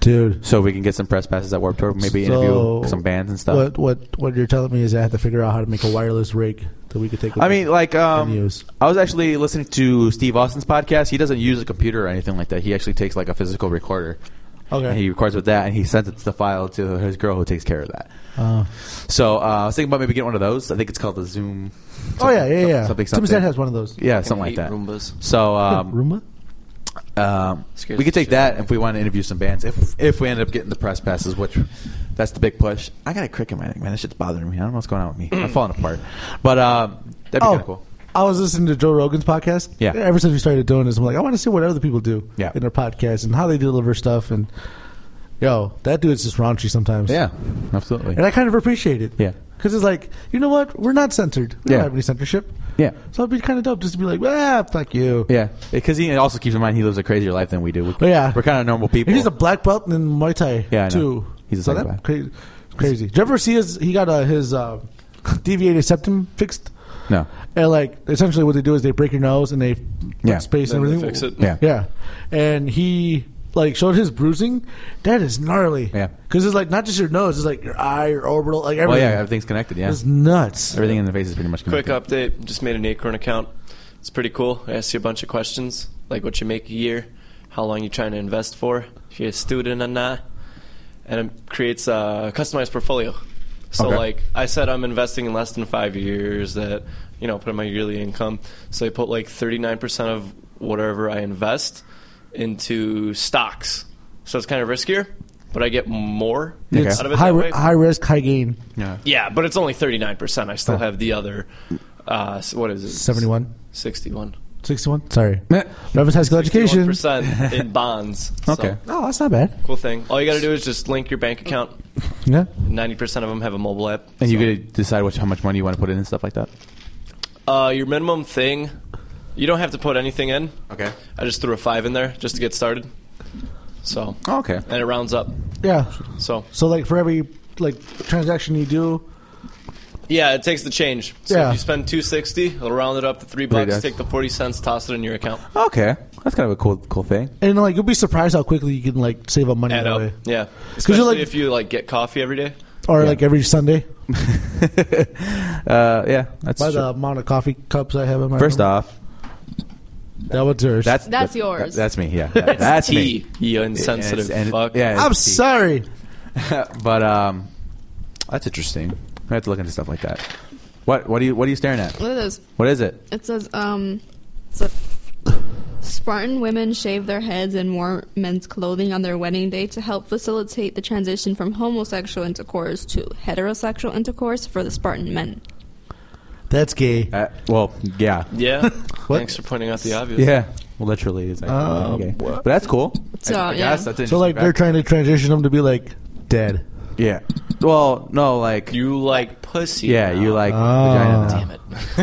A: Dude.
B: so we can get some press passes at Warp Tour. Maybe
A: So-
B: interview some bands and stuff.
A: What, what, what you're telling me is I have to figure out how to make a wireless rig that we could take with
B: I mean,
A: us
B: like,
A: and
B: um,
A: use.
B: I was actually listening to Steve Austin's podcast. He doesn't use a computer or anything like that. He actually takes like a physical recorder.
A: Okay.
B: And he records with that, and he sends it the file to his girl who takes care of that.
A: Uh,
B: So uh, I was thinking about maybe getting one of those. I think it's called the Zoom.
A: oh, yeah, yeah, yeah. Timmy
B: Something, something.
A: Stan has one of those.
B: Yeah, something like
C: Hate
B: that.
C: Roombas.
A: <laughs>
B: So um,
A: Roomba?
B: um,
C: Scares
B: we could
C: the
B: take
C: shit
B: that
C: out of me.
B: if we want to interview some bands. If if we end up getting the press passes, which that's the big push. I got a crick in my neck, man. That shit's bothering me. I don't know what's going on with me. I'm falling apart. But um, that'd be kind
A: Oh,
B: of cool.
A: I was listening to Joe Rogan's podcast.
B: Yeah.
A: Ever since we started doing this, I'm like, I want to see what other people do
B: Yeah.
A: in their podcasts and how they deliver stuff. And yo, that dude's just raunchy sometimes.
B: Yeah, absolutely.
A: And I kind of appreciate it.
B: Yeah.
A: Because it's like, you know what? We're not censored. We
B: Yeah.
A: don't have any censorship.
B: Yeah.
A: So it'd be kind of dope just to be like, ah, fuck you.
B: Yeah, because he also keeps in mind he lives a crazier life than we do. We,
A: Oh, yeah.
B: we're kind of normal people.
A: And he's a black belt in Muay Thai,
B: Yeah, I know.
A: too.
B: He's a
A: so
B: psychopath.
A: that crazy. crazy. Did you ever see his, he got uh, his uh, deviated septum fixed?
B: no.
A: And like, essentially what they do is they break your nose and they f-
B: Yeah.
A: space
C: Then
A: and
C: they
A: everything.
C: fix it.
B: Yeah.
A: Yeah. And he like showed his bruising. That is gnarly.
B: Yeah.
A: Because it's like not just your nose, it's like your eye, your orbital, like
B: Well,
A: everything.
B: yeah, everything's connected. Yeah,
A: It's nuts.
B: everything in the face is pretty much
C: Quick
B: connected.
C: update. Just made an Acorn account. It's pretty cool. I asked you a bunch of questions, like what you make a year, how long you trying to invest for, if you're a student or not, and it creates a customized portfolio. So,
B: Okay.
C: like I said, I'm investing in less than five years. That you know, put in my yearly income. So I put like 39% of whatever I invest into stocks. So it's kind of riskier, but I get more
B: Okay.
A: It's
C: out of it.
A: high,
C: that
A: ri-
C: way.
A: high risk, high gain.
B: Yeah.
C: Yeah, but it's only 39%. I still have the other, uh, s- what is it?
A: 71.
C: 61.
A: 61?
B: <laughs>
A: Sorry.
B: Meh.
A: Memphis High School Education.
C: 61% in bonds.
B: Okay.
C: So,
A: Oh, that's not bad.
C: cool thing. All you got to do is just link your bank account.
A: Yeah.
C: 90% of them have a mobile app.
B: And you
C: So,
B: could decide what, how much money you want to put in and stuff like that.
C: uh, your minimum thing, you don't have to put anything in.
B: Okay.
C: I just threw a 5 in there just to get started. So,
B: Oh, okay.
C: and it rounds up.
A: Yeah.
C: So,
A: So like for every like transaction you do,
C: yeah, it takes the change. So
A: Yeah.
C: if you spend 260, it'll round it up to 3 bucks,
B: bucks.
C: take the 40 cents, toss it in your account.
B: Okay, that's kind of a cool, cool thing. <laughs>
A: and like you'll be surprised how quickly you can like save up money
C: Add
A: that
C: up.
A: way.
C: Yeah.
A: you're
C: Especially
A: like-
C: if you like get coffee every day.
A: Or like every Sunday.
B: Uh, yeah, that's
A: By
B: true.
A: the amount of coffee cups I have in my
B: First
A: room.
B: off,
A: that was yours.
B: that's
D: That's
B: that-
D: yours.
B: that's me. Yeah, That- that's me.
C: tea, you insensitive
B: And it's- and it-
C: fuck.
B: yeah, it's
A: I'm
B: tea.
A: sorry.
B: but um, that's interesting. I have to look into stuff like that. What what are you what are you staring at?
D: What are those?
B: What is it?
D: It says, um, it's a- Spartan women shave their heads and wore men's clothing on their wedding day to help facilitate the transition from homosexual intercourse to heterosexual intercourse for the Spartan men.
A: That's gay.
B: Uh, well, yeah, <laughs>
C: Yeah. Thanks for pointing out the obvious.
B: yeah. Well, literally, it's like,
A: Um,
B: okay. but that's cool.
D: So,
B: I, I
D: yeah.
B: guess that's <laughs> interesting.
A: So like they're
B: fact.
A: trying to transition them to be like dead.
B: yeah. Well, no, like
C: You like pussy.
B: yeah, you like uh,
A: Oh.
B: vagina. now.
C: Damn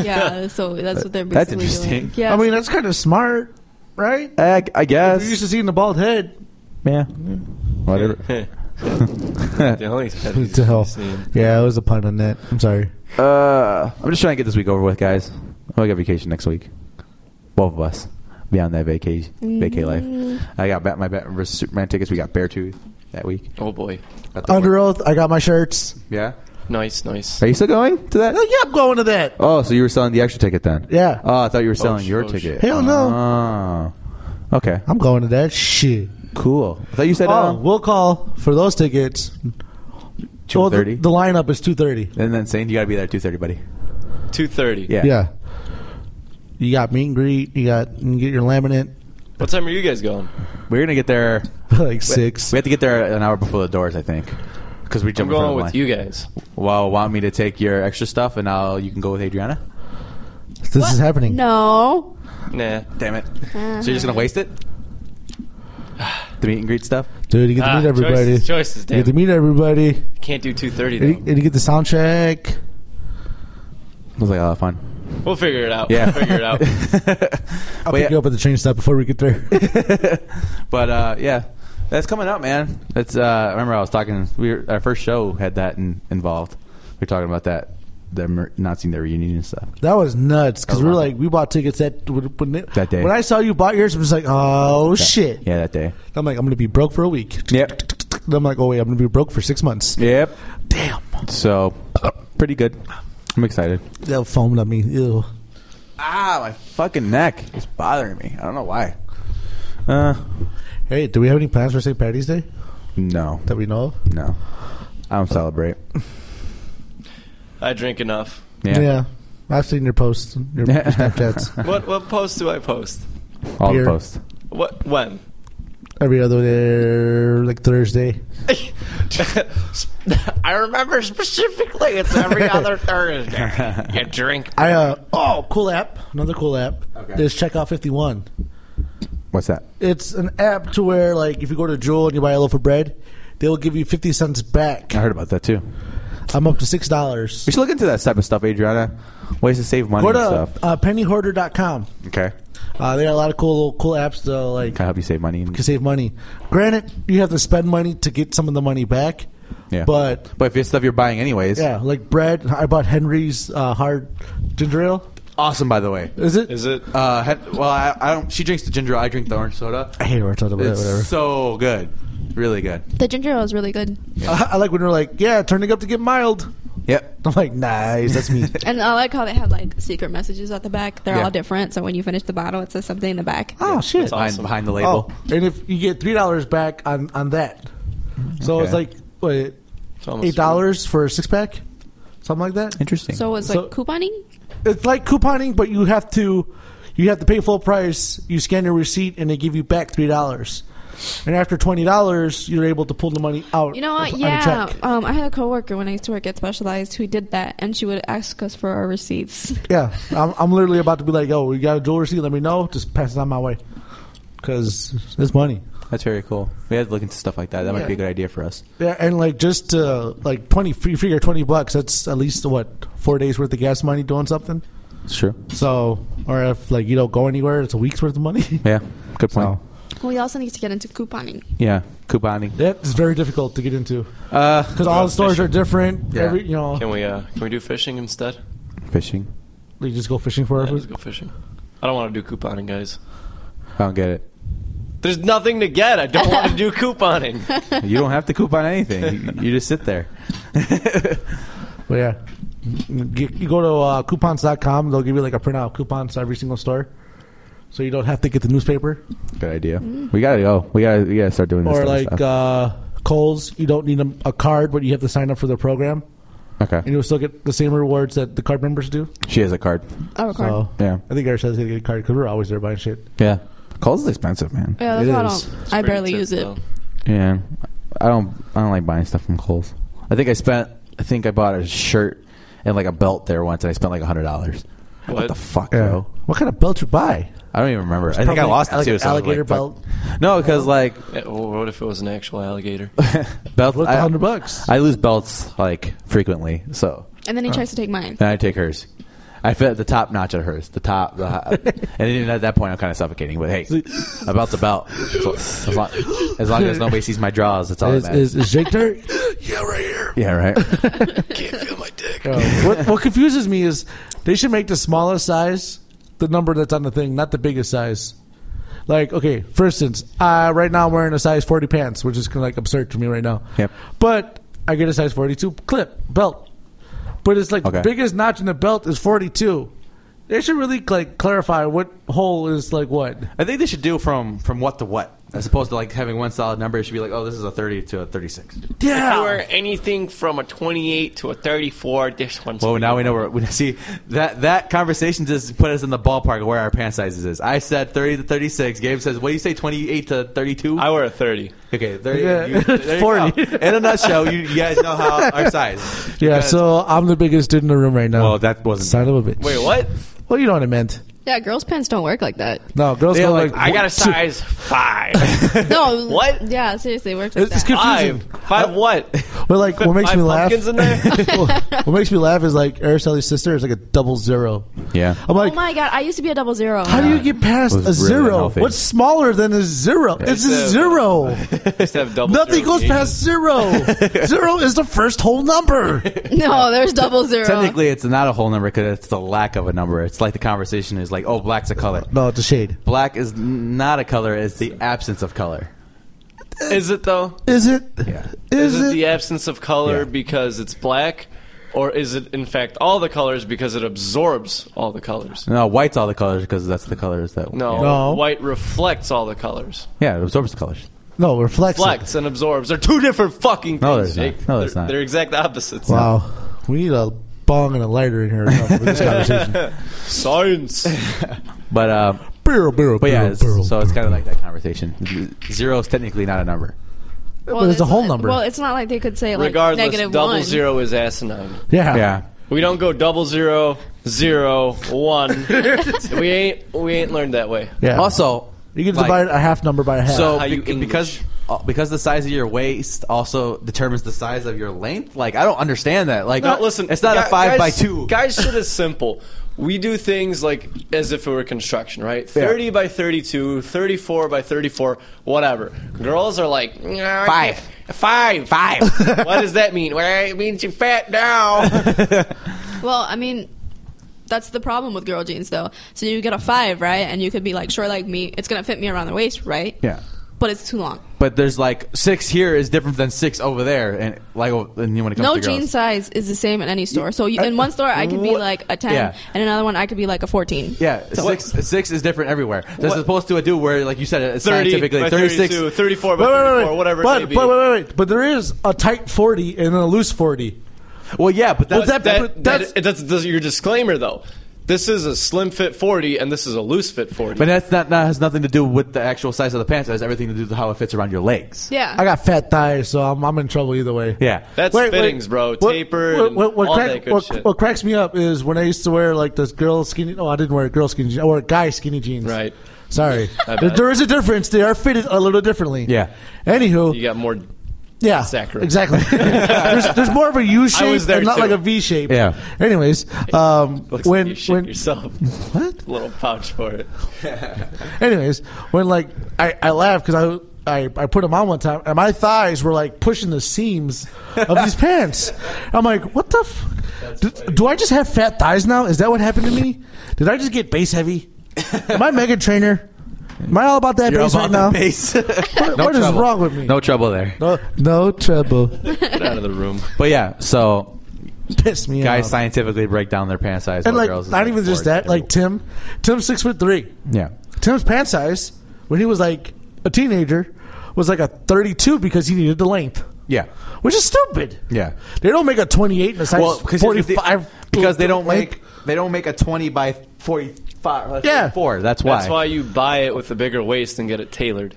C: it. <laughs>
D: Yeah, so that's what they're
B: That's
D: basically
B: interesting.
D: doing. Yeah,
A: I mean, that's kind of smart, right?
B: Eh, I, I
A: You're used
B: guess.
A: to seeing the bald head.
B: Yeah. Whatever.
C: <laughs>
B: <laughs>
C: The only thing
A: What the hell? Yeah, it was a pun on that. I'm sorry.
B: Uh, I'm just trying to get this week over with, guys. I'm gonna get vacation next week. Both of us be on that vacay vacay life. I got Bat- my Batman versus Superman tickets. We got Beartooth that week.
C: Oh boy.
B: Got the-
A: Under oath, I got my shirts.
B: yeah.
C: Nice, nice.
B: Are you still going to that?
A: Hell yeah, I'm going to that.
B: Oh, so you were selling the extra ticket then?
A: Yeah.
B: Oh, I thought you were selling
C: sh-
B: your
C: oh, sh-
B: ticket.
A: Hell no.
B: Oh. Okay.
A: I'm going to that. Shit.
B: Cool. I thought you said
A: Oh,
B: um,
A: we'll call for those tickets. Oh,
B: two
A: the,
B: thirty.
A: the lineup is two thirty.
B: and then saying you gotta be there at two thirty, buddy.
C: Two thirty.
B: Yeah.
A: Yeah. You got meet and greet. You got you can get your laminate <laughs>
C: What time are you guys going?
B: We're gonna get there.
A: like six.
B: We have to get there an hour before the doors, I think, because we
C: I'm
B: jump in front
C: going
B: of the
C: with
B: line.
C: you guys.
B: Well, want me to take your extra stuff and I'll you can go with Adriana?
A: This is happening.
D: no.
C: Nah.
B: Damn it. So you're just gonna waste it? The meet and greet stuff?
A: Dude, you get to
C: Ah,
A: meet everybody.
C: Choices, choices,
A: You
C: damn.
A: get to meet everybody.
C: it. Can't do two thirty
A: And you,
C: though.
A: and you get the sound check.
B: I was like, oh fun.
C: We'll figure it out.
B: <laughs> Yeah.
C: We'll figure it out.
A: I'll pick
B: But yeah.
A: you up at the train stop before we get
B: <laughs>
A: there.
B: But uh yeah. That's coming up, man. That's uh I remember I was talking we were, our first show had that in, involved. We were talking about that them not seeing their reunion and stuff.
A: that was nuts because we were
B: Around.
A: like, we bought tickets that when, when it-
B: That day.
A: When I saw you bought yours, I was like, oh shit.
B: Yeah, that day.
A: I'm like, I'm gonna be broke for a week.
B: Yep.
A: And I'm like, oh wait, I'm gonna be broke for six months.
B: Yep.
A: Damn,
B: So pretty good. I'm excited.
A: that foamed on me. Ew.
B: Ah, my fucking neck is bothering me. I don't know why. Uh
A: Hey, do we have any plans for St. Patty's Day
B: no.
A: that we know? of?
B: No, I
A: <laughs>
B: don't celebrate.
C: I drink enough.
B: Yeah,
A: I've seen your posts,
B: <laughs>
A: your your Snapchats,
C: What what post do I post?
B: all
A: Beer.
B: the posts.
C: What when?
A: every other day, like Thursday.
C: I remember specifically it's <laughs> every other Thursday. You drink
A: I uh oh, cool app, another cool app. Okay. Is Checkout Fifty One.
B: What's that?
A: It's an app to where like if you go to Jewel and you buy a loaf of bread, they will give you fifty cents back.
B: I heard about that too.
A: I'm up to six dollars.
B: We should look into that type of stuff, Adriana. Ways to save money
A: Go
B: and
A: to
B: stuff.
A: uh, pennyhoarder.com.
B: Okay,
A: Uh, they got a lot of cool little cool apps to like
B: can I help you save money?
A: to save money. Granted, you have to spend money to get some of the money back.
B: Yeah,
A: But
B: but if it's stuff you're buying anyways,
A: yeah, like bread. I bought Henry's uh, hard ginger ale.
B: awesome. By the way,
A: Is it?
C: Is it?
B: uh, he- well, I, I don't. She drinks the ginger. I drink the orange soda.
A: I hate when I talk about that.
B: It's
A: Whatever.
B: so good, really good.
D: The ginger ale is really good.
A: I, I like when they're like, yeah, turning up to get mild.
B: Yep.
A: I'm like, nice. That's
C: <laughs>
A: me.
D: And I like how they have like secret messages at the back. They're
B: Yeah.
D: all different. So when you finish the bottle, it says something in the back.
A: oh shit.
B: <laughs> Behind,
C: awesome.
B: behind the label.
A: Oh, and if you get three dollars back on on that, so it's
B: Okay.
A: like wait,
C: almost
A: eight dollars for a six pack, something like that.
B: Interesting.
D: So it's
A: So-
D: like couponing.
A: It's like couponing, but you have to you have to pay full price. You scan your receipt, and they give you back three dollars. And after twenty dollars, you're able to pull the money out.
D: You know what?
A: on a
D: Yeah.
A: check.
D: Um, I had a coworker when I used to work at Specialized who did that, and she would ask us for our receipts. <laughs>
A: yeah. I'm, I'm literally about to be like, "Oh, you got a jewel receipt? Let me know. Just pass it on my way, because it's money."
B: That's very cool. We have to look into stuff like that. That might be a good idea for us.
A: Yeah, and like just uh, like twenty, you figure twenty bucks. That's at least what four days worth of gas money doing something.
B: It's true.
A: So, or if like you don't go anywhere, it's a week's worth of money. <laughs>
B: Yeah. Good point.
A: So.
D: we also need to get into couponing.
B: Yeah. Couponing.
A: That is very difficult to get into
B: Uh,
A: because all the stores are different.
B: Yeah.
A: Every you know,
C: Can we uh, can we do fishing instead?
B: fishing.
A: you just go fishing for
C: Yeah, let's
A: it.
C: go fishing. I don't want to do couponing, guys.
B: I don't get <laughs> it.
C: There's nothing to get. I don't want to <laughs> do couponing.
B: You don't have to coupon anything. You, you just sit there.
A: But yeah, you, you go to uh, coupons.com. They'll give you like a printout of coupons to every single store, so you don't have to get the newspaper
B: Good idea. Mm. We gotta go. We gotta. We gotta start doing this.
A: or
B: type of
A: like
B: stuff.
A: uh, Kohl's. You don't need a, a card, but you have to sign up for the program, and
B: okay.
A: you'll still get the same rewards that the card members do.
B: She has a card.
D: Oh, record.
A: So
B: Yeah.
A: I think Eric says he's gonna get a card because we're always there buying shit.
B: Yeah. Calls is expensive, man.
D: yeah, that's
A: it
D: why I
A: is.
D: don't. I barely use it.
B: Yeah, I don't. I don't like buying stuff from Kohl's. I think I spent. I think I bought a shirt and like a belt there once, and I spent like a hundred dollars. What?
C: What?
B: the fuck,
A: Yeah.
B: bro?
A: What kind of belt you buy?
B: I don't even remember. I think I
A: probably
B: lost
A: like
B: it too.
A: an
B: so I was
A: alligator
B: like, fuck. No, because like
C: Yeah, well, what if it was an actual <laughs> alligator?
B: <laughs> belts.
A: Worth a
B: I,
A: hundred bucks.
B: I lose belts like frequently, so
D: And
A: Oh.
D: then he tries to take mine.
B: then I take hers. I fit the top notch at hers, the top, the high, <laughs> and even at that point I'm kind of suffocating. But hey, a belt's a belt. So, as, long, as long as nobody sees my draws, that's all that
A: Is,
B: matters.
A: is, is Jake there?
B: oh, <laughs> yeah,
A: <laughs>
B: right.
C: Can't feel my dick.
A: what, what confuses me is they should make the smallest size the number that's on the thing, not the biggest size. Like, okay, for instance, uh, right now I'm wearing a size 40 pants, which is kind of like absurd to me right now.
B: Yep.
A: But I get a size 42 clip belt. But it's like
B: Okay.
A: the biggest notch in the belt is 42. They should really like clarify what hole is like what.
B: I think they should do from from what to what, as opposed to like having one solid number. It should be like, oh, this is a thirty to a thirty-six.
A: Yeah.
C: anything from a 28 to a 34, this one's.
B: Well, now we know where. We, <laughs> see that that conversation just put us in the ballpark of where our pant sizes is. I said thirty to thirty-six. Gabe says, what do you say, twenty-eight to thirty-two?
C: <laughs> I wear a 40.
B: Okay, thirty.
A: Yeah.
B: you- there you go.
A: 40.
B: In a nutshell, you, you guys know how our size.
A: Yeah,
B: Because-
A: so I'm the biggest dude in the room right now.
B: <laughs> Well, that wasn't-
A: Son of a bitch.
C: Wait, what?
A: Well, you know what I meant.
D: Yeah, girls' pants don't work like
A: <laughs>
D: that.
A: No, girls
B: Yeah,
A: go
B: like,
A: like,
C: I got a
A: one, two. <laughs>
C: size five.
D: No.
C: What?
D: Yeah, seriously, it works like
A: It's, it's
D: that.
A: confusing.
C: five. Five what?
A: But like, what makes
C: five
A: me laugh?
C: pumpkins
A: <laughs>
C: in there? <laughs>
A: what makes me laugh is like Araceli's sister is like a double zero.
B: Yeah.
A: I'm like,
D: oh my god, I used to be a double zero.
A: how do you get past a
B: It was really
A: zero?
B: unhealthy.
A: What's smaller than a zero? It's a
C: It's
B: <laughs>
C: a-
A: zero.
C: Just have double
A: Nothing
C: zero
A: goes
C: gauges.
A: past zero. zero is the first whole
B: <laughs>
A: number.
D: no, there's double zero.
B: Technically, it's not a whole number because it's the lack of a number. It's like the conversation is like, oh, black's a color.
A: No, it's a shade.
B: Black is n- not a color; it's the absence of color.
C: Is it though?
A: Is it?
B: Yeah.
A: Is,
C: Is it
A: it?
C: the absence of color
B: Yeah.
C: because it's black? Or is it, in fact, all the colors because it absorbs all the colors?
B: No, white's all the colors because that's the colors that.
C: No,
B: Yeah,
A: No.
C: white reflects all the colors.
B: Yeah, it absorbs the colors.
A: no, reflects. it.
C: Reflects and absorbs are two different fucking things.
B: No, there's not.
C: Jake.
B: No, there's
C: they're,
B: not.
C: They're exact opposites.
A: Wow, we need a bong and a lighter in here or something
B: <laughs>
A: for this conversation.
C: Science.
B: But uh,
A: Barrel, barrel,
B: but yeah,
A: barrel,
B: it's,
A: barrel,
B: so it's kind
A: barrel.
B: of like that conversation. Zero is technically not a number.
D: well,
A: but it's a whole
D: not-
A: number.
D: Well, it's not like they could say like
C: Regardless,
D: negative
C: double
D: one.
C: zero is asinine.
A: yeah,
B: Yeah,
C: We don't go double zero, zero,
B: <laughs>
C: one. we ain't we ain't learned that way.
A: yeah.
B: Also,
A: you can
B: like,
A: divide a half number by a half.
B: so
C: How
B: be-
C: you English.
B: because uh, because the size of your waist also determines the size of your length? Like I don't understand that. Like
C: No, listen,
B: it's not
C: gu-
B: a five
C: guys,
B: by two.
C: Guys, shit is simple. We do things like as if it were construction, right? 30 by 32, 34 by 34, whatever. Girls are like, "Nah, I
B: Five.
C: can't- Five. Five. <laughs> what does that mean? Well, it means you're fat now.
D: Well, I mean, that's the problem with girl jeans, though. So you get a five, right? And you could be like short like me. It's gonna fit me around the waist, right?
B: Yeah.
D: But it's too long.
B: But there's like six here is different than six over there, and like oh, and when it comes
D: No
B: to girls.
D: jean size is the same in any store. So you, in one store, I could be
B: What?
D: like a ten,
B: Yeah.
D: and another one I could be like a fourteen.
B: Yeah, six six is different everywhere. As
C: What?
B: opposed to a dude where, like you said, it's
C: 30
B: scientifically
C: by
B: thirty six.
C: 32, 34 by
A: Wait, wait,
C: 34,
A: wait, wait.
C: whatever
A: but,
C: it may be.
A: But wait, wait, wait. But there is a tight 40 and a loose 40.
B: Well, yeah, but that's
A: that-
C: that,
A: but
C: that-
A: that's-
C: that's, that's your disclaimer, though. This is a slim fit 40 and this is a loose fit 40.
B: but that's not that has nothing to do with the actual size of the pants. It has everything to do with how it fits around your legs.
D: Yeah.
A: I got fat thighs, so I'm, I'm in trouble either way.
B: Yeah.
C: That's fittings, bro. Tapered and all
A: crack-
C: that good
A: what,
C: shit.
A: what cracks me up is when I used to wear like this girl skinny. Oh, I didn't wear girl skinny jeans. I wore guy skinny jeans.
C: Right.
A: Sorry.
C: <laughs> I
A: There-
C: bet.
A: there is a difference. They are fitted a little differently.
B: Yeah.
A: Anywho,
C: you got more.
A: yeah,
C: saccharine.
A: exactly. <laughs> there's, there's more of a U shape,
C: was there
A: and not
C: too.
A: like a V shape.
B: Yeah.
A: Anyways, um,
C: Looks
A: when
C: like you shit
A: when
C: yourself.
A: What?
C: Little pouch for it.
A: <laughs> Anyways, when like I, I laughed because I, I I put them on one time and my thighs were like pushing the seams of these pants. I'm like, what the? F- do, do I just have fat thighs now? Is that what happened to me? Did I just get base heavy? Am I mega trainer? Am I all about that
B: You're
A: base right
B: about
A: now?
B: the base. <laughs>
A: What-
B: No
A: what is
B: trouble.
A: wrong with me?
B: No trouble there.
A: no, no trouble.
C: Get out of the room.
B: But yeah, so
A: Piss me
B: guys
A: off.
B: scientifically break down their pant size.
A: Um, and
B: while
A: like
B: girls is,
A: not even just
B: four.
A: that. Like Tim, Tim's six foot three.
B: yeah,
A: Tim's pant size when he was like a teenager was like a 32 because he needed the length.
B: yeah,
A: which is stupid.
B: Yeah.
A: they don't make a twenty-eight in a size
B: Well, because
A: forty-five
B: because they don't
A: length.
B: make they don't make a twenty by forty five.
A: Yeah.
B: four. That's why.
C: That's why you buy it with a bigger waist and get it tailored.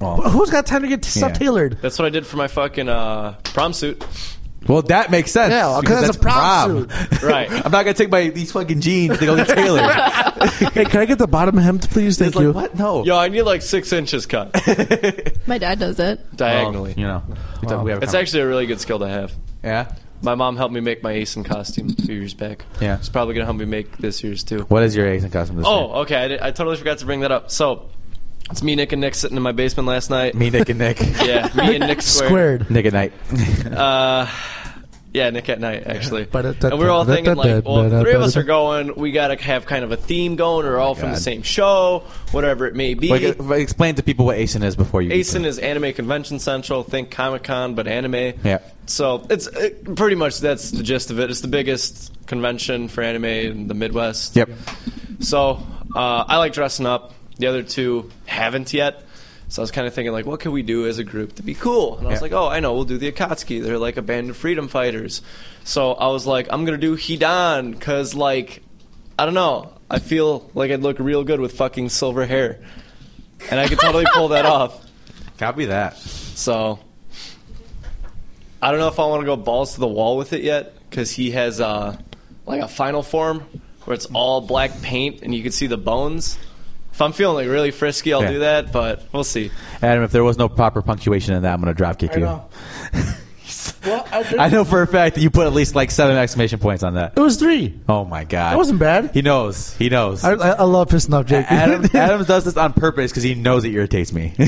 B: Well,
A: Who's got time to get stuff
B: Yeah.
A: tailored?
C: That's what I did for my fucking uh, prom suit.
B: Well, that makes sense.
A: Yeah, 'cause that's a prom
B: prom. <laughs>
C: Right.
B: I'm not gonna take my these fucking jeans to go get tailored.
A: <laughs> hey, can I get the bottom hemmed, please? Thank
B: <laughs> it's like
A: you.
B: what? No.
C: Yo, I need like six
B: <laughs>
C: inches cut
D: My dad
A: <laughs>
D: does it.
C: diagonally.
B: you know, it's, we have a
C: It's
B: conver-
C: actually a really good skill to have.
B: yeah.
C: My mom helped me make my Aeson costume a few years back.
B: Yeah.
C: She's probably going to help me make this year's too.
B: What is your ace and custom? This
C: Oh, okay. I, did- I totally forgot to bring that up. So, it's me, Nick, and Nick sitting in my basement last night.
B: me, Nick, and Nick.
C: <laughs> Yeah, me
B: <laughs>
C: and Nick squared.
A: Squared.
B: Nick at night. <laughs>
C: Uh, yeah, Nick at night actually.
A: But-
C: and we were all thinking like, well, the three of us are going. We gotta have kind of a theme going, or all from the
B: God.
C: same show, whatever it may be.
B: Like, uh, explain to people what ASIN is before you.
C: ASIN is Anime Convention Central. Think Comic Con, but anime.
B: Yeah.
C: So it's it, pretty much that's the gist of it. It's the biggest convention for anime in the Midwest.
B: Yep.
C: So uh, I like dressing up. The other two haven't yet. So I was kind of thinking, like, what can we do as a group to be cool? And I was
B: Yeah.
C: like, oh, I know, we'll do the Akatsuki. They're like a band of freedom fighters. So I was like, I'm going to do Hidan because, like, I don't know. I feel like I'd look real good with fucking silver hair. And I could totally pull that off.
B: Copy that.
C: So I don't know if I want to go balls to the wall with it yet because he has uh, like a final form where it's all black paint and you can see the bones. If I'm feeling like really frisky, I'll
B: Yeah.
C: do that, but we'll see.
B: Adam, if there was no proper punctuation in that, I'm gonna drop kick you. <laughs>
A: know. Well, I did-
B: I know for a fact that you put at least like seven exclamation points on that.
A: It was three.
B: Oh my god,
A: That wasn't bad.
B: He knows. He knows.
A: I, I, I love pissing off <laughs> Jake.
B: Adam, Adams does this on purpose because he knows it irritates me. <laughs>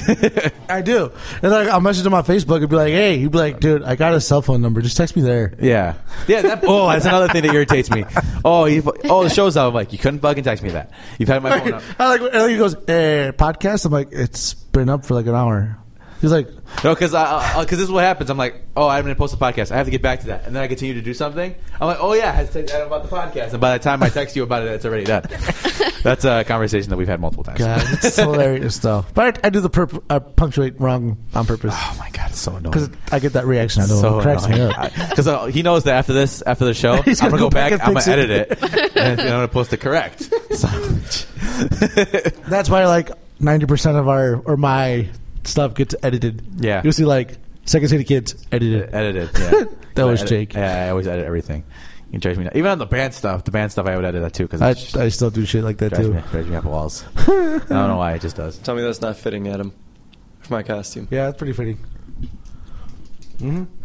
A: I do. And like, I'll message him on Facebook and be like, "Hey," he'd be like, "Dude, I got a cell phone number. Just text me there."
B: yeah, yeah. That, oh, that's another thing that irritates me. Oh, you, oh, the show's out. I'm like, you couldn't fucking text me that.
A: <laughs>
B: You've had my phone up.
A: I like. And he goes, "Hey, podcast." I'm like, "It's been up for like an hour." He's like,
B: No, because because this is what happens. I'm like, oh, I'm gonna post a podcast. I have to get back to that, and then I continue to do something. I'm like, oh yeah, I had to text Adam about the podcast, and by the time I text you about it, it's already done. that's a conversation that we've had multiple times.
A: "God, it's
B: <laughs>
A: hilarious stuff." But I, I do the perp- I punctuate wrong on purpose.
B: Oh my god, it's so annoying.
A: Because I get that reaction. I know
B: so
A: it cracks me
B: <laughs>
A: up.
B: Because uh, he knows that after this, after the show, I'm
A: <laughs> He's
B: gonna
A: gonna
B: go,
A: go
B: back.
A: back
B: I'm
A: and
B: gonna
A: fix
B: edit
A: it. <laughs>
B: it, and I'm gonna post it correct. So,
A: That's why like ninety percent of our or my stuff gets edited.
B: Yeah.
A: you'll see like Second City Kids
B: <laughs>
A: edited.
B: edited. Yeah.
A: That was
B: I edit-
A: Jake.
B: Yeah, I always edit everything. You judge me now. even on the band stuff. The band stuff, I would edit that too because
A: I,
B: I
A: I still do shit like that
B: drives
A: too.
B: <laughs> me, drives me up walls. I don't know why it just does.
C: Tell me that's not fitting, Adam. for my costume.
A: Yeah, that's pretty fitting.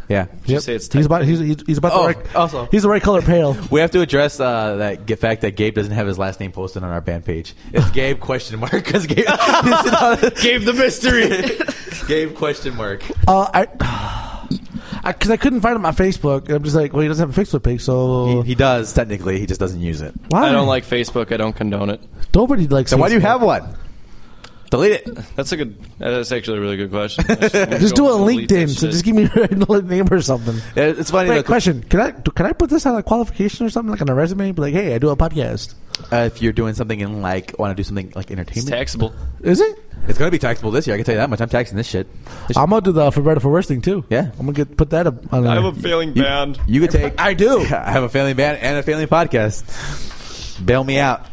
B: Yeah.
A: Yep.
C: say it's
A: he's
C: tight?
A: about he's, he's he's about
B: Oh,
A: the right
B: also.
A: he's the right color
B: <laughs>
A: pale.
B: We have to address uh, that g- fact that Gabe doesn't have his last name posted on our band page. <laughs> It's Gabe question mark because Gabe <laughs>
C: Gave the mystery.
B: Gabe question mark.
A: Uh, I <sighs> because I, couldn't find him on Facebook. I'm just like, well, he doesn't have a Facebook page, so
B: He, he does technically. He just doesn't use it.
A: why?
C: I don't like Facebook. I don't condone it.
A: nobody likes.
B: So why do you
A: Facebook.
B: have one? Delete it.
C: That's a good. That's actually a really good question.
A: <laughs> Just do a LinkedIn. So just give me your <laughs> name or something.
B: Yeah, It's funny.
A: Wait,
B: look,
A: question: Can I do, can I put this on a qualification or something like on a resume? Be like, hey, I do a podcast.
B: uh, if you're doing something in like want to do something like
C: It's
B: entertainment,
C: taxable.
A: Is it?
B: it's going to be taxable this year. I can tell you that much. I'm taxing this shit. This
A: I'm gonna do the for better for worse thing too.
B: Yeah.
A: I'm gonna get put that up on.
C: I have
A: there.
C: a failing
B: You-
C: band.
B: You could take. I do. <laughs> I have a family band and a family podcast. Bail me out,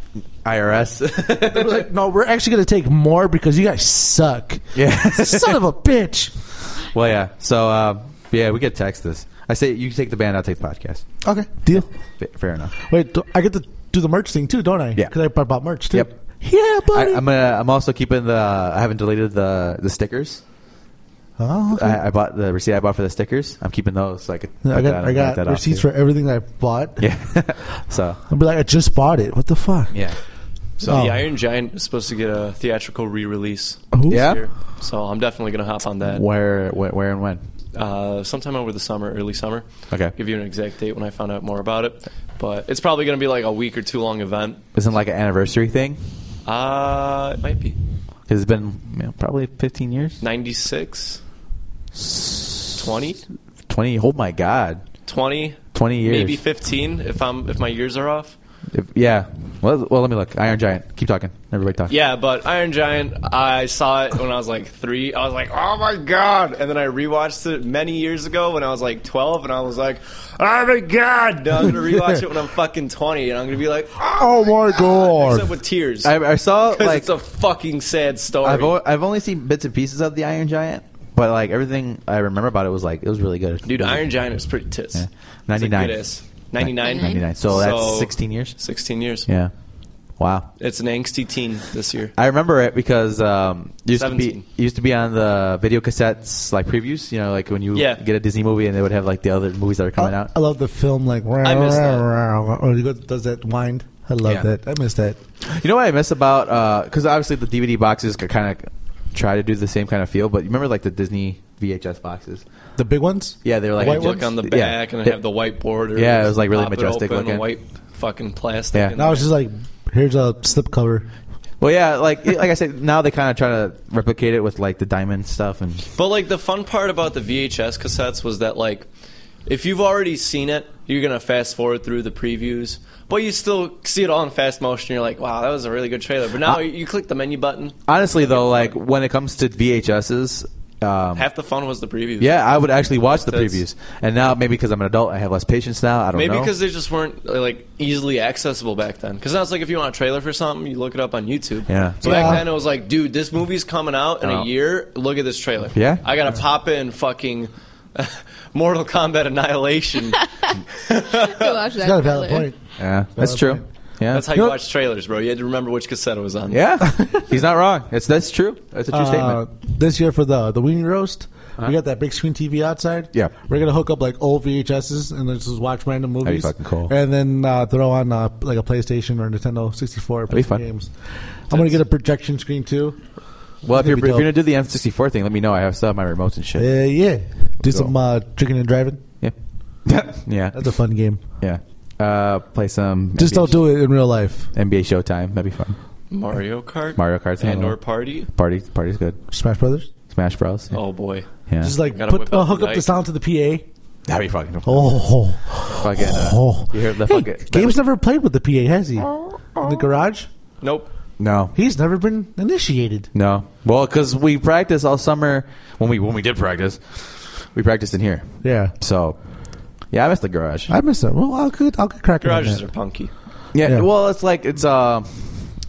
A: <laughs>
B: IRS.
A: They're like, no, we're actually gonna take more because you guys suck.
B: yeah.
A: <laughs> Son of a bitch.
B: <laughs> well, yeah. So, uh, yeah, we could tax this. I say you take the band. I'll take the podcast.
A: Okay, deal.
B: Fa- Fair enough.
A: Wait, do- I get to do the merch thing too, don't I?
B: Yeah.
A: because I bought- bought merch too.
B: Yep.
A: Yeah,
B: I,
A: buddy.
B: I'm gonna, I'm also keeping the. I haven't deleted the the stickers.
A: oh, okay.
B: I, I bought the receipt I bought for the stickers. I'm keeping those. So I could.
A: I
B: put
A: got
B: that-
A: I
B: put
A: got
B: that off
A: receipts
B: too.
A: for everything that I bought.
B: <laughs> Yeah. <laughs> so
A: I'll be like, I just bought it. What the fuck?
B: yeah.
C: So
A: Oh.
C: the Iron Giant is supposed to get a theatrical re-release.
A: Who?
B: Yeah.
C: Here. So I'm definitely gonna hop on that
B: Where, where where and when?
C: uh, sometime over the summer, early summer.
B: Okay.
C: Give you an exact date when I find out more about it, but it's probably gonna be like a week or two long event.
B: Isn't it like an anniversary thing?
C: Uh, it might be
B: Because it's been you know, probably 15 years.
C: 96, 20,
B: 20. Oh my god.
C: 20,
B: 20 years.
C: maybe 15 if I'm if my years are off.
B: If, yeah. Well, well, let me look. Iron Giant. Keep talking. Everybody talk.
C: Yeah, but Iron Giant, I saw it when I was like three. I was like, oh my god! And then I rewatched it many years ago when I was like twelve, and I was like, oh my god! Now I'm
B: <laughs>
C: gonna rewatch it when I'm fucking twenty, and I'm gonna be like,
A: Oh my
C: except
A: god.
C: with tears.
B: I, I
C: <laughs>
B: saw
C: Because
B: like
C: it's a fucking sad story.
B: I've o- I've only seen bits and pieces of the Iron Giant, but like everything I remember about it was like it was really good.
C: Dude, Iron Giant is pretty tits.
B: Yeah.
C: It's a
B: 99.
C: good ass. 99?
B: 99. So that's
C: So-
B: 16 years.
C: 16 years.
B: Yeah. Wow.
C: It's an angsty teen this year.
B: I remember it because um, it used to
C: 17.
B: be it used to be on the video cassettes like previews. You know, like when you
C: Yeah.
B: get a Disney movie and they would have like the other movies that are coming
A: I,
B: out.
A: I love the film like I
C: miss that.
A: Oh, he goes- does that wind? I love
B: Yeah.
A: that. I miss that.
B: You know what I miss about because obviously the DVD boxes kind of try to do the same kind of feel, but you remember like the Disney VHS boxes?
A: The big ones?
B: Yeah, they were like
A: White
C: You look on the back
B: yeah.
C: and have the white border.
B: Yeah, it was, like, really
C: Pop
B: majestic
C: it open,
B: looking.
C: White fucking plastic.
B: Yeah.
C: in
A: Now it's
C: there.
A: just like here's a slip cover.
B: Well, yeah, like like I said, now they kind of try to replicate it with like the diamond stuff and
C: But like the fun part about the VHS cassettes was that like if you've already seen it, you're gonna fast forward through the previews, but you still see it all in fast motion. You're like, wow, that was a really good trailer. But now
B: I-
C: you click the menu button.
B: honestly though, like when it comes to VHSs, um,
C: Half the fun was the previews.
B: yeah, I would actually watch the
C: That's-
B: previews. And now maybe because I'm an adult, I have less patience now. I don't
C: Maybe
B: know.
C: because they just weren't uh, like easily accessible back then. Because now it's like if you want a trailer for something, you look it up on YouTube.
B: Yeah.
C: So back
A: Yeah.
C: then it was like, dude, this movie's coming out in
B: Oh.
C: a year. Look at this trailer.
B: Yeah.
C: I gotta pop in fucking <laughs> Mortal Kombat Annihilation.
D: Go watch that
A: Got a valid
D: trailer.
A: point.
B: yeah, that's true. Yeah,
C: That's how
A: You
C: you
A: know-
C: watch trailers, bro. You had to remember which cassette it was
A: <laughs>
B: <laughs>
C: on.
B: yeah. He's not wrong. It's that's true. That's a true
A: Uh,
B: statement. Uh-huh.
A: this year for the the wing roast, we got that big screen TV outside.
B: Yeah.
A: we're gonna hook up like old VHSs and let's just watch random movies.
B: be fucking cool.
A: And then uh, throw on uh, like a PlayStation or Nintendo sixty four.
B: be fun.
A: games. I'm gonna get a projection screen too.
B: Well, if
A: gonna
B: you're,
A: be
B: if you're
A: dope.
B: gonna do the M64 thing, let me know. I have still have my remotes and
A: Uh,
B: shit.
A: yeah, do
B: Cool.
A: some uh, drinking and driving. <laughs>
B: Yeah, yeah,
A: That's a fun game.
B: yeah. Uh, play some.
A: Just
B: NBA
A: don't do it in real life.
B: NBA Showtime. That'd be fun.
C: Mario Kart.
B: Mario Kart's
C: and
B: another
C: or
B: one.
C: Party.
B: Party. Party's good.
A: Smash Brothers.
B: Smash Bros. Yeah.
C: Oh boy.
B: Yeah.
A: Just like
C: Gotta
A: put
C: whip
A: uh,
C: out
A: hook
C: the
A: up the
C: knife.
A: sound to the PA.
B: that'd be fucking.
A: Oh,
B: fucking. uh,
A: oh.
B: You hear the
A: hey,
B: fucking.
A: Gabe's never played with the PA, has he? In the garage,
C: Nope.
B: No.
A: he's never been initiated.
B: No. Well, because we practice all summer. When we when we did practice, we practiced in here.
A: Yeah,
B: So, yeah, I missed the garage.
A: I miss that. Well, I'll get I'll get cracking. on
C: Garages
A: that.
C: are punky.
B: yeah,
A: yeah.
B: Well, it's like it's. Uh,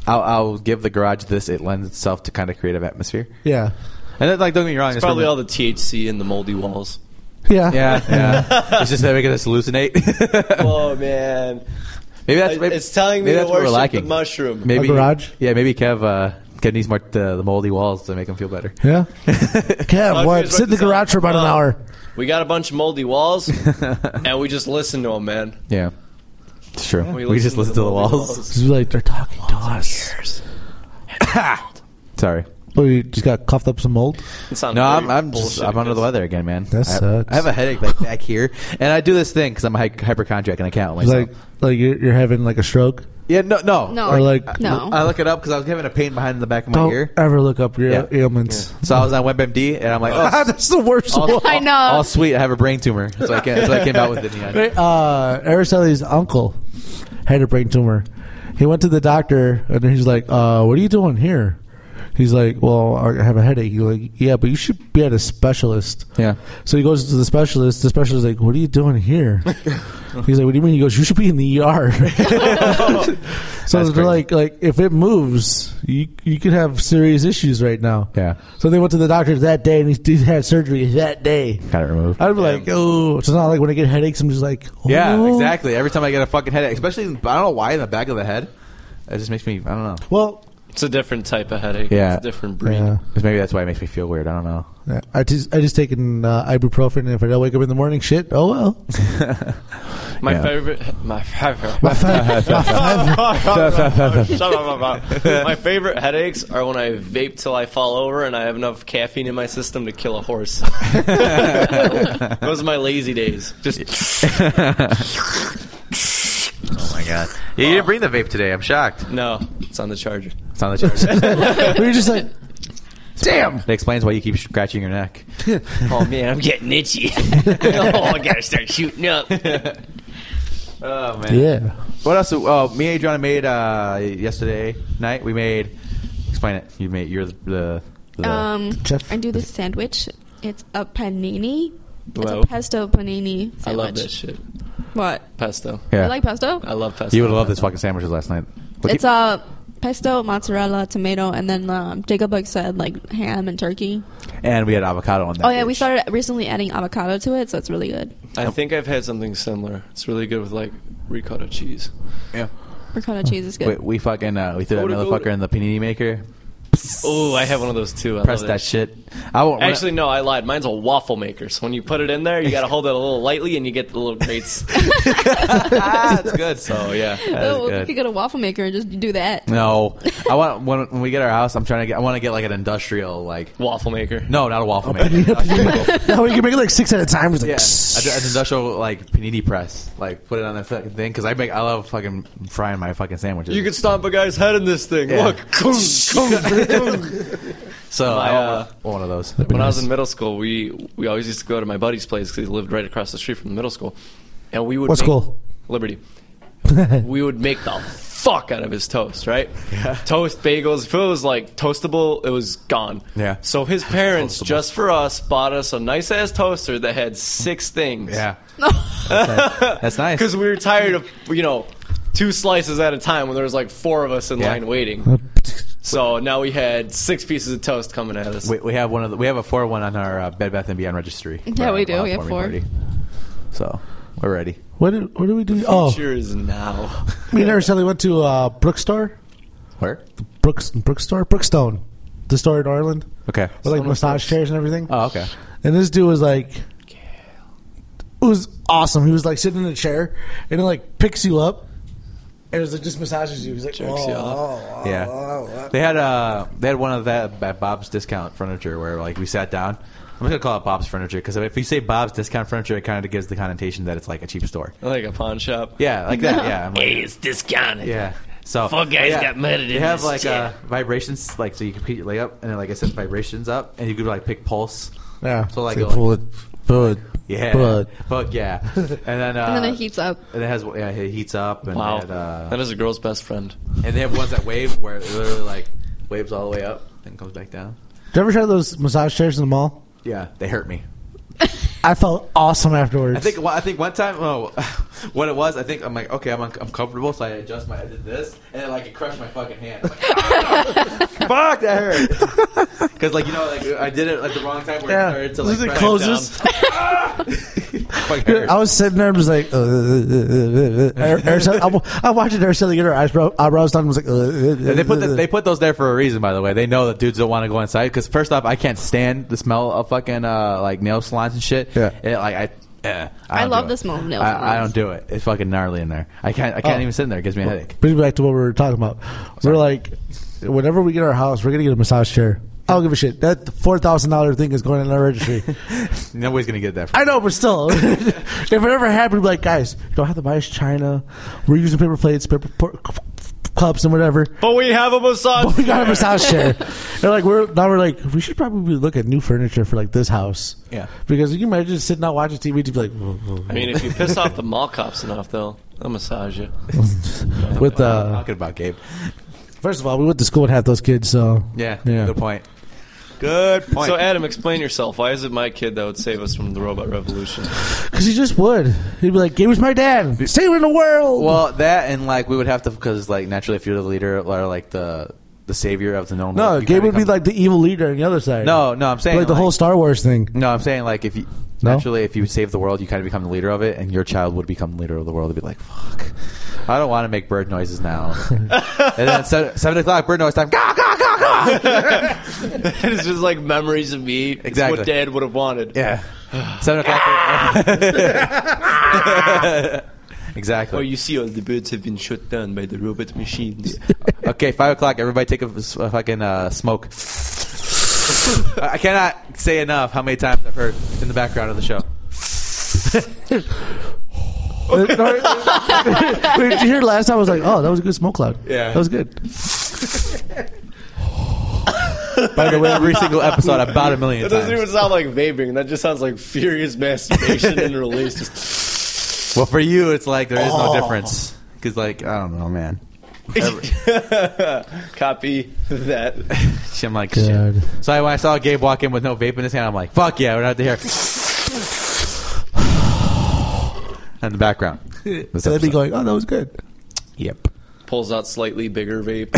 B: I'll, I'll give the garage this. It lends itself to kind of creative atmosphere.
A: Yeah,
B: And then, like, don't get me wrong. It's,
C: Probably
B: from-
C: all the THC in the
B: <laughs>
C: moldy walls.
A: yeah,
B: Yeah,
C: <laughs>
B: yeah. it's just that making us hallucinate. <laughs>
C: oh man.
B: maybe that's.
C: It-
B: Maybe,
C: it's telling me
B: maybe
C: to
B: that's what we're
C: worship the
B: lacking.
C: mushroom.
B: Maybe
A: A garage?
B: Yeah, maybe Kev. Uh, Ken needs more the, the moldy walls to make him feel better.
C: <laughs>
A: Yeah. Kev,
C: was
A: what?
C: about
A: Sit in the
C: to say,
A: garage for about an
C: uh,
A: hour.
C: We got a bunch of
B: <laughs>
C: moldy walls, and we just listen to them, man.
B: Yeah, it's true. We,
C: We
B: just listen to the
C: moldy
B: walls.
A: Just be like they're talking to us.
B: Sorry.
A: Oh, you just got coughed up some mold.
C: It's not
B: No, I'm,
C: very
B: I'm just
C: bullshit,
B: I'm under the
C: because-
B: weather again, man.
A: That
B: I-
A: sucks.
B: I have a headache like back here, and I do this thing because I'm a hy- hypochondriac and I can't help myself.
A: Like, like you're, you're having like a stroke.
B: yeah, no, no,
D: No.
A: Or like-
D: no.
B: I look it up because I was having a pain behind the back of my
A: Don't
B: ear,
A: ever look up your
B: Yeah.
A: ailments.
B: so I was on WebMD, and I'm like, oh,
A: <laughs> That's the worst
B: all,
A: one.
D: <laughs> I know.
B: all sweet. I have a brain tumor, so I, can, so I came out with it.
A: <laughs>
B: Yeah.
A: Uh, Araceli's uncle had a brain tumor. He went to the doctor and he's like, uh, "What are you doing here?" He's like, "Well, I have a headache." He's like, "Yeah, but you should be at a specialist."
B: Yeah.
A: So he goes to the specialist. The specialist is like, "What are you doing
B: <laughs>
A: here?" He's like, "What do you mean?" He goes, "You should be in the <laughs> ER." so they're
B: crazy.
A: like, "Like if it moves, you you could have serious issues right now."
B: Yeah.
A: So they went to the doctor that day, and he he had surgery that day.
B: Got it removed.
A: I'd be like, "Oh, it's not like when I get headaches, I'm just like, oh.
B: Yeah, exactly. Every time I get a fucking headache, especially in- I don't know why in the back of the head, it just makes me. I don't know.
A: Well,
C: It's a different type of headache.
B: Yeah.
C: It's a different breed.
A: yeah.
B: 'Cause maybe that's why it makes me feel weird. I don't know.
A: Yeah, I just I just taken uh, ibuprofen, and if I don't wake up in the morning, shit. Oh
B: <laughs>
A: well.
C: My
B: Yeah.
C: favorite, my
B: <laughs>
C: <laughs> favorite,
A: My fa- my fa-
C: my favorite headaches are when I vape till I fall over and I have enough caffeine in my system to kill a
B: <laughs>
C: horse. Those are my lazy days. Just
B: <laughs>
C: <laughs>
B: Oh my god! Yeah, you didn't bring the vape today. I'm shocked.
C: no, it's on the charger.
B: It's on the <laughs>
A: <laughs>
B: charger.
A: We're just like, damn.
B: that explains why you keep scratching your <laughs> neck.
C: Oh man, I'm getting itchy. oh, I gotta start shooting up.
B: Oh <laughs> man.
A: Yeah. <laughs>
B: What else? Oh, me and Adriana made uh, yesterday night. We made. Explain it. You made. You're the. the
D: Um,
A: Chef.
D: I do this sandwich. It's a panini.
C: Wow.
D: It's a pesto panini sandwich.
C: I love that shit.
D: What?
C: Pesto.
B: yeah.
D: You like pesto?
C: I love pesto.
B: you would have loved this fucking sandwiches last night. Look
D: it's
B: at-
D: uh, pesto, mozzarella, tomato, and then um, Jacob like said like ham and turkey.
B: and we had avocado on that.
D: Oh yeah, we
B: bitch.
D: started recently adding avocado to it, so it's really good.
C: I think I've had something similar. It's really good with like ricotta cheese.
B: Yeah.
D: Ricotta cheese is good.
B: We, we fucking uh, we threw that
C: Go to- go
B: motherfucker
C: to-
B: in the panini maker.
C: Oh, I have one of those too. I
D: Oh,
B: Press
C: love
B: that shit. I won't when I-
C: Actually, no, I lied. Mine's a waffle maker. So when you put it in there, you got to hold it a little lightly, and you get the little
B: <laughs>
C: grates.
B: ah, that's good. So yeah, <laughs> that
D: Oh,
B: is
D: we could
B: good.
D: get a waffle maker and just do that.
B: No, I want when, when we get our house. I'm trying to get. I want to get like an industrial like.
C: waffle maker.
B: No, not a waffle maker. Industrial.
A: Now we can make it like six at a time. It's like,
B: yeah, a- an industrial like panini press. Like put it on the fucking thing because I make. I love fucking frying my fucking sandwiches.
C: You could stomp a guy's head in this thing.
B: Yeah.
C: Look,
B: <laughs>
C: Kung, kung, kung.
B: so
C: my,
B: I
C: uh,
B: want one of those.
C: <laughs> when I was in middle school, we we always used to go to my buddy's place because he lived right across the street from the middle school, and we would
A: What
C: make-
A: school?
C: Liberty. we would make the fuck out of his toast, right? Toast bagels. If it was like toastable, it was gone.
B: Yeah. <laughs>
C: So his parents,
B: Toastable.
C: just for us, bought us a nice ass toaster that had six things. <laughs>
B: yeah, that's nice.
C: Because we were tired of you know two slices at a time when there was like four of us in
B: Yeah.
C: line waiting. So now we had six pieces of toast coming at us.
B: We, we have one of the, we have a four one on our uh, Bed Bath and Beyond registry.
D: Yeah,
B: for
D: we
B: our
D: do. We have
B: housewarming
D: four.
B: So we're ready.
A: <laughs> What do, what do we do? Oh,
C: Sure is
B: <laughs>
C: now.
A: me and Araceli went to uh, Brookstore,
B: Where?
A: Brooks Brookstore, Brookstone, the store in Ireland,
B: Okay.
A: with like massage chairs and everything.
B: Oh, okay.
A: And this dude was like, it was awesome. He was like sitting in a chair and it like picks you up. And it was like just massages you. He's like,
C: Jerks
A: oh,
C: you off.
A: oh, oh, oh, oh.
B: Yeah. They had uh they had one of that at Bob's Discount Furniture where like we sat down. I'm just gonna call it Bob's Furniture because if you say Bob's Discount Furniture, it kind of gives the connotation that it's like a cheap store.
C: <laughs> Like a pawn shop.
B: Yeah, like that. Yeah. I'm like-
C: <laughs>
I: Hey, it's discounted.
B: yeah. So
I: Four guys
B: yeah,
I: got murdered
B: They
I: in
B: have
I: this
B: like uh,
I: chair.
B: vibrations, like so you can put your leg up, and then, like I said, vibrations up, and you could like pick pulse.
A: Yeah.
B: So, like,
A: Say,
B: go like-
A: pull it, pull it,
B: Yeah,
A: pull it.
B: fuck yeah, and then uh,
D: And then it heats up.
B: and it has yeah, it heats up, and
C: Wow.
B: it, uh,
C: that is a girl's best friend.
B: And they have ones that wave where it literally like waves all the way up and comes back down.
A: Did you ever try those massage chairs in the mall?
B: Yeah, they hurt me.
A: I felt awesome afterwards.
B: I
A: <laughs>
B: think well, <laughs> I think one time, oh, what it was, I think I'm like, okay, I'm, un- I'm comfortable, so I adjust my, I did this, and it, like it crushed my fucking hand. I'm like, <laughs> "Ah!" fuck, that <laughs> hurt. Because like you know, like I did it at the wrong time where
A: Yeah.
B: it started to <laughs>
A: As
B: like
A: soon as it
B: press down.
A: closes.
B: fucking hurt.
A: I was sitting there and was like, uh, <laughs> uh, uh, uh, uh, uh, Araceli- I'm, I'm watching Araceli get her eyebrow, eyebrows done. Was like, uh, uh,
B: And they put the,
A: uh,
B: they put those there for a reason, by the way. They know that dudes don't want to go inside because first off, I can't stand the smell of fucking uh, like nail salons and shit.
A: Yeah.
B: It, like I, eh, I,
D: I
B: don't
D: love
B: do
D: the
B: it.
D: smell of nail
B: I, I
D: salons.
B: don't do it. It's fucking gnarly in there. I can't. I can't
A: Oh.
B: even sit in there. It gives me a headache.
A: brings me back to what we were talking about. We're like, whenever we get our house, we're gonna get a massage chair. I don't give a shit. That four thousand dollar thing is going in our
C: <laughs>
A: registry.
B: Nobody's gonna get that. From
A: I know, but still, <laughs> if it ever happened, we'd be like, guys, you don't have to buy us china. We're using paper plates, paper por- cups, and
C: <laughs>
A: whatever.
C: But we have a
B: <laughs>
C: massage.
A: We got a massage chair. And like we're now we're like we should probably look at new furniture for like this house.
B: Yeah.
A: because you can imagine just sitting out watching TV to be like "Whoa, whoa,
C: I mean, if you piss off the mall cops enough, they'll they'll massage you.
A: whoa." <laughs> with
B: I'm
A: uh
B: talking about Gabe.
A: first of all we went to school and had those kids so
B: Yeah,
A: yeah
B: Good point. Good point.
C: So Adam, explain yourself. Why is it my kid that would save us from the robot revolution? <laughs>
A: because he just would he'd be like Gabe was my dad saving the world
B: well, that and like we would have to because like naturally, if you're the leader or like the the savior of the known
A: no
B: world, you
A: Gabe
B: kinda
A: would be
B: come-
A: like the evil leader on the other side
B: no, no. I'm saying
A: like the whole Star Wars
B: <laughs>
A: thing
B: No, I'm saying like if you
A: No?
B: naturally if you save the world, you kind of become the leader of it, and your child would become the leader of the world. They'd be like, "Fuck, I don't want to make bird noises
A: <laughs>
B: now." and then seven, seven o'clock bird noise time. Gah, gah, gah, gah.
C: it's just like memories of me. It's
B: Exactly.
C: what Dad would have
A: <sighs>
C: wanted.
B: Yeah, seven o'clock. <laughs>
A: <laughs>
B: exactly.
C: Oh, you see, all the birds have been shut down by the
B: <laughs>
C: robot machines.
B: okay, five o'clock. Everybody take a, s- a fucking uh, smoke. I I cannot say enough how many times I've heard in the background of the show.
A: Uh, Wait, did you hear last time I was like oh that was a good smoke cloud
B: Yeah.
A: that was good
B: By the way, every single episode about a million
C: That
B: times.
C: doesn't even sound like vaping. That just sounds like furious masturbation and release. Just
B: Well, for you, it's like there is
C: Oh.
B: no difference because, like, I don't know, man.
C: copy
B: <laughs>
C: that.
B: Shit, I'm like,
A: God.
B: shit. So I- when I saw Gabe walk in with no vape in his hand, I'm like, fuck yeah, we're out there. <sighs> In the background. This
A: so they'd be
B: episode.
A: going oh that was good
B: Yep.
C: Pulls out slightly bigger vape.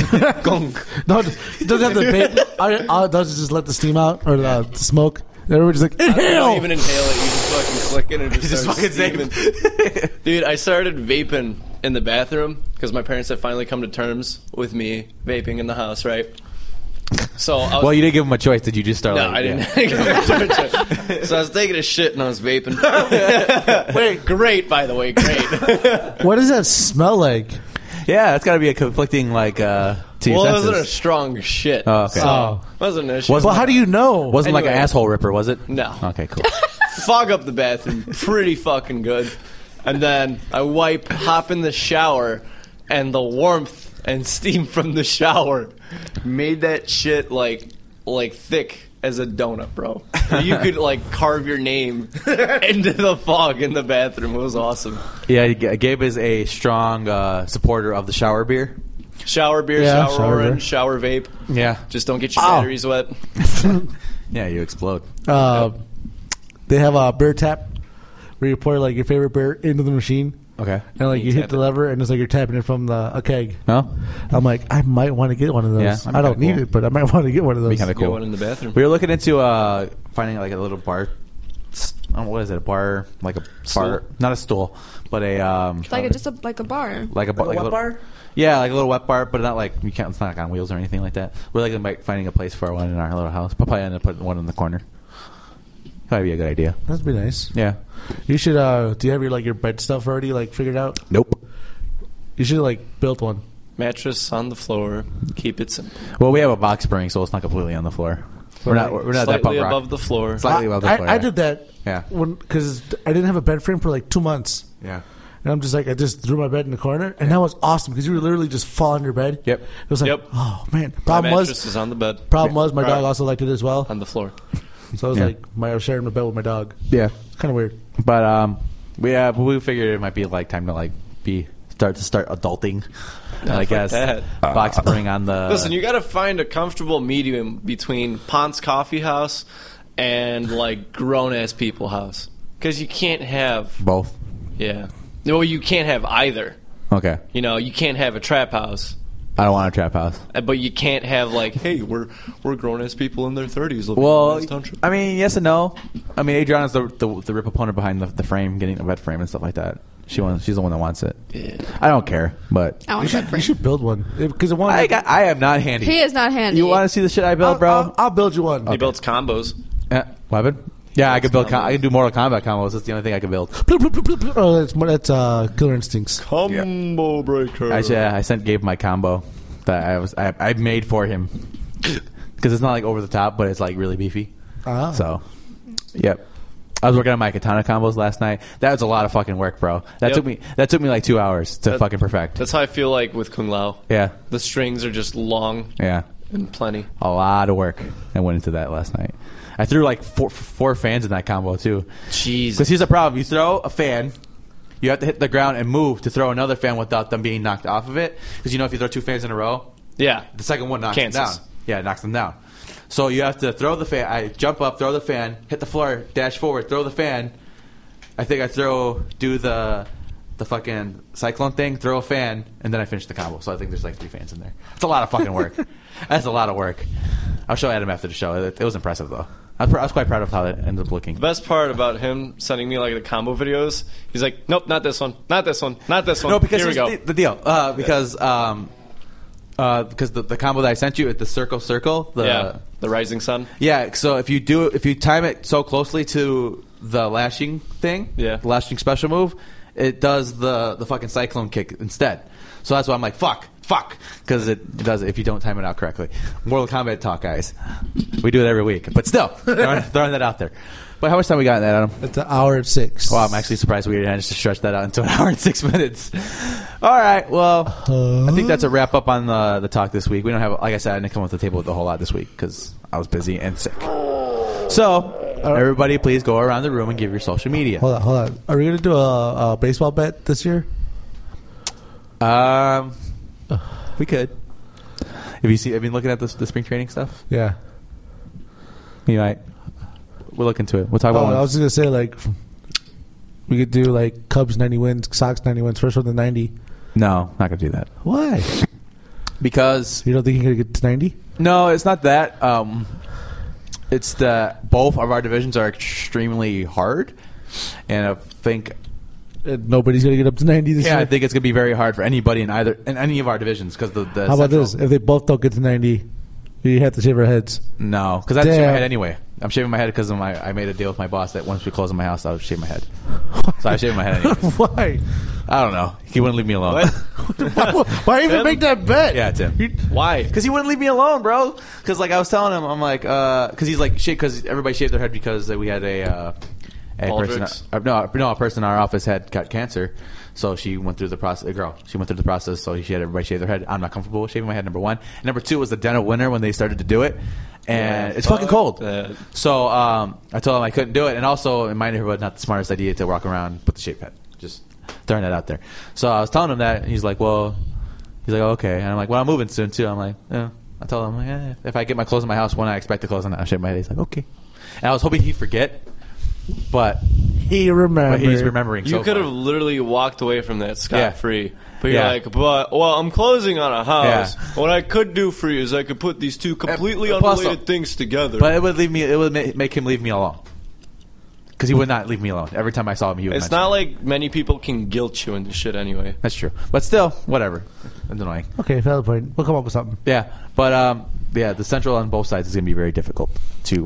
C: <laughs> Gunk.
A: No, it doesn't have the vape. I, I does just let the steam out or the smoke. And everybody's like,
C: You
A: inhale.
C: don't even inhale it. You just fucking click
B: <laughs>
C: it and it just,
B: Just
C: starts
B: fucking
C: steaming.
B: vape. <laughs>
C: Dude, I started vaping in the bathroom because my parents had finally come to terms with me vaping in the house, right? So I was
B: Well, you didn't give him a choice. Did you just start
C: No,
B: like,
C: I
B: yeah.
C: <laughs> didn't. so I was taking a shit and I was vaping.
B: <laughs>
C: Wait, great, by the way, great.
A: what does that smell like?
B: Yeah, that's got to be a conflicting, like, uh, to your
C: well, it
B: senses.
C: wasn't a strong shit.
B: Oh, okay.
C: So,
A: Oh.
C: wasn't a shit.
B: Wasn't
A: Well, how do you know?
B: Wasn't like an
C: Anyway.
B: asshole ripper, was it?
C: No.
B: Okay,
C: <laughs>
B: cool.
C: fog up the bathroom pretty fucking good. And then I wipe, hop in the shower, and the warmth and steam from the shower made that shit like like thick as a donut, bro. You could like carve your name into the fog in the bathroom. It was awesome.
B: yeah, G- Gabe is a strong uh, supporter of the shower beer.
C: Shower beer,
A: Yeah,
C: shower,
A: shower beer.
C: orange, shower vape.
B: Yeah.
C: Just don't get your
B: Ow.
C: batteries wet.
B: Yeah, you explode.
A: Uh, they have a beer tap where you pour like your favorite beer into the machine,
B: Okay.
A: and like you,
C: tap
A: hit the
C: it.
A: lever, and it's like you're tapping it from the, a keg.
B: No?
A: I'm like, I might want to get one of those.
B: Oh. Yeah, I'm
A: I don't
B: kinda
A: need
B: cool.
A: it, but I might <laughs> want to get one of those.
B: Be kind of
C: Get
B: cool.
C: one in the bathroom.
B: We were looking into uh, finding like a little bar. I don't know, what is it? A bar, like a bar,
C: Stool.
B: not a stool, but a um,
D: Like a, just a, like a bar.
B: like a, bar- like a little, bar. Yeah, like a little wet bar, but not like you can't. It's not like on wheels or anything like that. We're like like, finding a place for one in our little house. But probably end up putting one in the corner. That'd be a good idea.
A: That'd be nice.
B: Yeah.
A: You should. uh Do you have your like your bed stuff already like figured out?
B: Nope.
A: You should like built one.
C: Mattress on the floor. Keep it simple.
B: Well, we have a box spring, so it's not completely on the floor. We're not. We're not that
C: Slightly
B: punk rock.
C: above the floor.
B: Slightly above the
A: I,
B: floor.
A: I
B: yeah.
A: did that.
B: Yeah.
A: Because I didn't have a bed frame for like two months.
B: Yeah.
A: And I'm just like, I just threw my bed in the corner, and that was awesome because you were literally just fall on your bed.
B: Yep.
A: It was like,
C: Yep.
A: oh man.
C: My
A: Problem
C: mattress
A: was,
C: is on the bed.
A: problem was, my
C: Right.
A: dog also liked it as well.
C: on the floor.
A: So I was
B: Yeah.
A: like, my I was sharing my bed with my dog.
B: Yeah.
A: It's kind of weird.
B: But um, we yeah, but we figured it might be like time to like be start to start adulting. I
C: <laughs> fuck
B: guess
C: that.
B: box spring on the.
C: Listen, you got to find a comfortable medium between Ponce Coffee House and like grown ass people house because you can't have
B: both.
C: yeah. No, you can't have either.
B: Okay.
C: You know, you can't have a trap house
B: I don't want a trap house.
C: Uh, But you can't have like, hey, we're we're grown ass people in their thirties living in
B: Well,
C: this township.
B: I mean, yes and no. I mean, Adriana's the the, the rip opponent behind the, the frame, getting the red frame and stuff like that. She wants. She's the one that wants it. I don't care, but
D: I want that
A: Oh, You
D: frame.
A: should build one because it
B: I
A: won't.
B: got. I am not handy.
D: He is not handy.
B: You want to see the shit I
A: I'll,
B: built,
A: I'll,
B: bro?
A: I'll build you one.
C: He builds combos.
B: Eh, weapon? Yeah, I could build. Com- I could do Mortal Kombat combos. That's the only thing I could build.
A: Bloop, bloop, bloop, bloop. Oh, that's that's uh, Killer Instincts.
C: Combo breaker.
B: I said I sent Gabe my combo that I was I, I made for him because it's not like over the top, but it's like really beefy.
A: Ah.
B: So, yep. I was working on my katana combos last night. That was a lot of fucking work, bro. That
C: Yep.
B: took me that took me like two hours to fucking perfect.
C: That's how I feel like with Kung Lao.
B: Yeah,
C: The strings are just long
B: yeah.
C: and plenty.
B: A lot of work that went into that last night. I threw like four four fans in that combo too. Because
C: Jeez.
B: here's the problem: you throw a fan, you have to hit the ground and move to throw another fan without them being knocked off of it. Because you know if you throw two fans in a row,
C: Yeah.
B: the second one knocks
C: Cancels.
B: them down. Yeah, it knocks them down. So you have to throw the fan. I jump up, throw the fan, hit the floor, dash forward, throw the fan. I think I throw, do the the fucking cyclone thing, throw a fan, and then I finish the combo. So I think there's like three fans in there. It's a lot of fucking work. That's a lot of work. I'll show Adam after the show. It, it was impressive though. I was, pr- I was quite proud of how it ended up looking.
C: The best part about him sending me like the combo videos, he's like, nope, not this one, not this one, not this one.
B: No, because
C: here we
B: here's
C: go.
B: The, the deal. Uh, because um, uh, because the, the combo that I sent you at the circle circle the uh,
C: yeah, the Rising Sun.
B: Yeah, so if you do if you time it so closely to the lashing thing,
C: Yeah.
B: the lashing special move, it does the the fucking cyclone kick instead. So that's why I'm like fuck, fuck, because it does it if you don't time it out correctly. Mortal Kombat talk, guys. We do it every week, but still <laughs> throwing, throwing that out there. But how much time we got in that, Adam?
A: It's an hour and six.
B: Wow, I'm actually surprised we managed to stretch that out into an <laughs> hour and six minutes. All right, well,
A: Uh,
B: I think that's a wrap up on the the talk this week. We don't have, like I said, I didn't come up to the table with a whole lot this week because I was busy and sick. So, everybody, please go around the room and give your social media.
A: Hold on, hold on. Are we gonna do a, a baseball bet this year?
B: Um, we could. If you see, I've been looking at this, the spring training stuff.
A: Yeah.
B: You might. We'll look into it. We'll talk
A: Oh,
B: about. one.
A: I was just gonna say like we could do like Cubs ninety wins, Sox ninety wins, first one to ninety.
B: no, not gonna do that
A: Why?
B: because
A: You don't think you're gonna get to ninety?
B: No, it's not that. Um, it's that both of our divisions are extremely hard, and I think
A: And Uh, nobody's gonna get up to ninety this
B: yeah, I
A: year.
B: think it's gonna be very hard for anybody in either in any of our divisions because the, the
A: How about
B: central-
A: this? If they both don't get to ninety, we have to shave our heads.
B: No, because I have to shave my
A: Damn.
B: head anyway. I'm shaving my head because my I made a deal with my boss that once we close on my house, I would shave my head. <laughs> So I shaved my head.
A: <laughs>
B: Anyways.
A: Why?
B: I don't know. He wouldn't leave me alone.
A: <laughs> Why even make that bet?
B: Yeah, Tim.
C: Why?
B: Because he wouldn't leave me alone, bro. Because like I was telling him, I'm like, because he's like, shit. Because everybody shaved their head because we had a, uh, a person,
C: Baldric's.
B: uh, no, no, a person in our office had got cancer, so she went through the process. A girl, she went through the process, so she had everybody shave their head. I'm not comfortable with shaving my head. Number one, and number two was the dead of winter when they started to do it, and
C: Yeah,
B: it's fucking
C: fuck
B: cold.
C: that.
B: So um, I told him I couldn't do it, and also in my neighborhood, not the smartest idea to walk around with the shaved head. Just throwing that out there. So I was telling him that, and he's like, "Well," he's like, oh, "Okay," and I'm like, "Well, I'm moving soon too." I'm like, "Yeah." I told him, yeah, "If I get my clothes in my house, when I expect to close on that, I shave my head." He's like, "Okay," and I was hoping he'd forget, but
A: He remembered.
B: but he's remembering.
C: You
B: so
C: could
B: far.
C: have literally walked away from that scot
B: Yeah.
C: free. But you're
B: Yeah.
C: like, but well, I'm closing on a house.
B: Yeah.
C: What I could do for you is I could put these two completely
B: Uh, plus-
C: unrelated things together.
B: but it would leave me. It would ma- make him leave me alone because he would not leave me alone. Every time I saw him, he would.
C: it's
B: mention it.
C: not like many people can guilt you into shit anyway.
B: That's true, but still, whatever. It's annoying.
A: Okay, valid point. We'll come up with something.
B: Yeah, but um, yeah, the central on both sides is going to be very difficult to.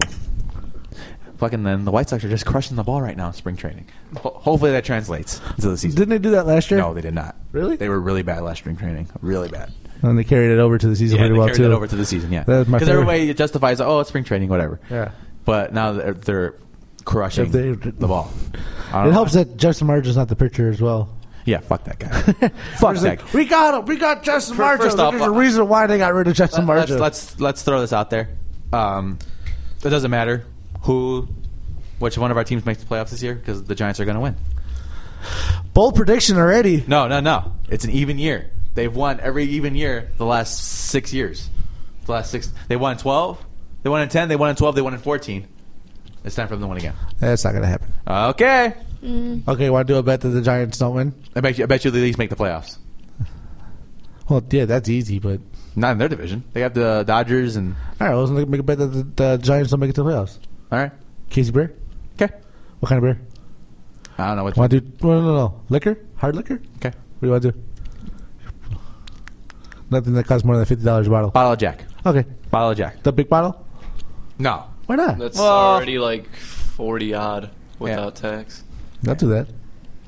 B: Fucking then, the White Sox are just crushing the ball right now in spring training. Ho- hopefully that translates into the season.
A: Didn't they do that last year?
B: No, they did not.
A: Really?
B: They were really bad last spring training. Really bad.
A: And they carried it over to the season
B: Yeah,
A: pretty
B: they
A: well
B: carried
A: too.
B: that over to the season. Yeah,
A: That was my
B: because
A: favorite.
B: everybody justifies, oh, it's spring training, whatever.
A: Yeah.
B: But now they're, they're crushing
A: If they- <laughs>
B: the ball. I don't
A: It
B: know.
A: helps that Justin Marge is not the pitcher as well.
B: Yeah, fuck
A: <laughs>
B: that guy. fuck
A: It's
B: that.
A: like, we got him. We got Justin Marge.
B: first off,
A: There's a reason why they got rid of Justin
B: Let-
A: Marge.
B: Let's, let's let's throw this out there. Um, it doesn't matter who, which one of our teams makes the playoffs this year because the Giants are going to win.
A: Bold prediction already.
B: No, no, no. It's an even year. They've won every even year the last six years. The last six. They won in twelve. They won in ten. They won in twelve. They won in fourteen. It's time for them to win again.
A: That's not gonna happen.
B: Okay.
A: Okay, want to do a bet that the Giants don't win?
B: I bet you. I bet you the Leafs make the playoffs.
A: Well, yeah, that's easy, but
B: Not in their division. They got the Dodgers and
A: all right, I was gonna make a bet that the, the Giants don't make it to the playoffs.
B: all right.
A: Casey beer?
B: Okay.
A: What kind of beer?
B: I don't know what.
A: Want to do? No, no, no. Liquor? Hard liquor? What
B: Okay.
A: do you want to do? Nothing that costs more than fifty dollars a bottle.
B: Bottle of Jack.
A: Okay,
B: Bottle of Jack.
A: the big bottle.
B: No.
A: Why not?
C: That's
B: Well-
C: already like 40 odd without tax.
A: Not do that.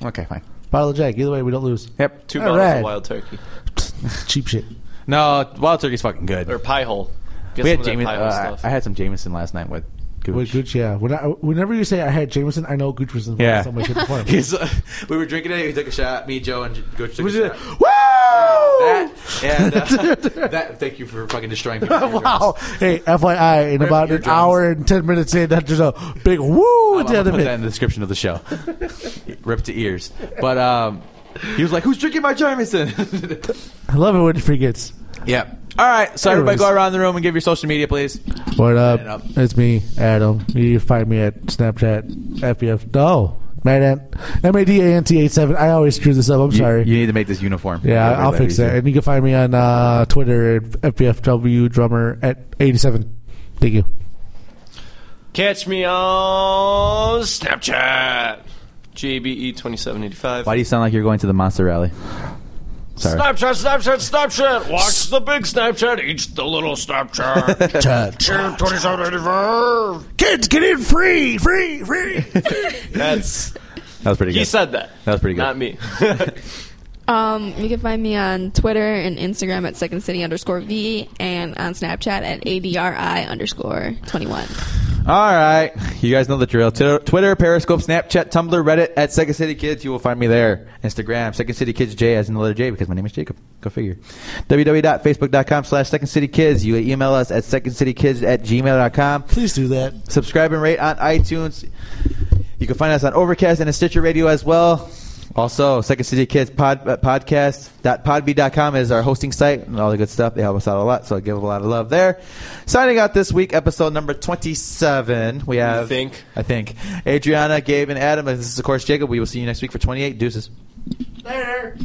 B: Okay, fine.
A: Bottle of Jack. Either way, we don't lose. <laughs>
B: Yep.
C: Two
A: All
C: bottles
A: right.
C: of wild turkey.
A: Cheap shit.
B: No, wild turkey's fucking good.
C: Or pie hole. Get
B: we had
C: some of that
B: Jameson.
C: pie hole
B: Uh,
C: stuff.
B: I had some Jameson last night with. Gooch.
A: With
B: <laughs>
A: Gooch, yeah. When I, whenever you say I had Jameson, I know Gooch was in
B: Yeah.
A: some way, shape, or
B: <laughs>
A: form.
B: He's, uh, we were drinking it. He took a shot. Me, Joe, and Gooch took
A: Which
B: a
A: is-
B: shot.
A: Woo!
B: That
A: <laughs>
B: and <laughs> uh, that. Thank you for fucking <laughs> destroying people.
A: wow. Hey, FYI, in about an
B: eardrums.
A: hour and 10 minutes in, that there's a big woo
B: I'm
A: at the
B: gonna
A: end
B: put
A: of
B: that
A: it.
B: in the description of the show. <laughs> Rip to ears. But um, he was like, "Who's drinking my Jameson?" <laughs>
A: I love it when he forgets.
B: yep. All right. So everybody, go
A: Anyways.
B: around the room and give your social media, please.
A: What
B: it
A: up?
B: up.
A: It's me, Adam. You can find me at Snapchat, E FBF. No, Mad Ant. Oh, M A D A N T 87. I always screw this up. I'm sorry.
B: You, you need to make this uniform.
A: yeah,
B: Everybody
A: I'll fix
B: easier.
A: that. And you can find me on uh, Twitter at FBFW drummer at 87. Thank you.
C: Catch me on Snapchat. E JBE2785.
B: Why do you sound like you're going to the monster rally? Sorry.
C: Snapchat, Snapchat, Snapchat. Watch the big Snapchat, eat the little Snapchat.
A: Cha-cha.
C: 2785.
A: Kids, get in free, free, free.
C: That's
B: That was pretty
C: he
B: good.
C: said that.
B: That was pretty good.
C: Not me.
D: Um, you can find me on Twitter and Instagram at Second City underscore V and on Snapchat at ADRI underscore 21.
B: All right. You guys know the drill. Twitter, Twitter, Periscope, Snapchat, Tumblr, Reddit at Second City Kids. You will find me there. Instagram, Second City Kids J as in the letter J because my name is Jacob. Go figure. www.facebook.com slash Second City Kids. You can email us at secondcitykids at gmail.com.
A: Please do that.
B: Subscribe and rate on iTunes. You can find us on Overcast and a Stitcher Radio as well. Also, Second City Kids pod, uh, podcast.podbe.com is our hosting site and all the good stuff. They help us out a lot, so I give them a lot of love there. Signing out this week, episode number 27. We have,
C: <laughs> think?
B: I think, Adriana, Gabe, and Adam. This is, of course, Jacob. We will see you next week for 28. Deuces.
A: Later.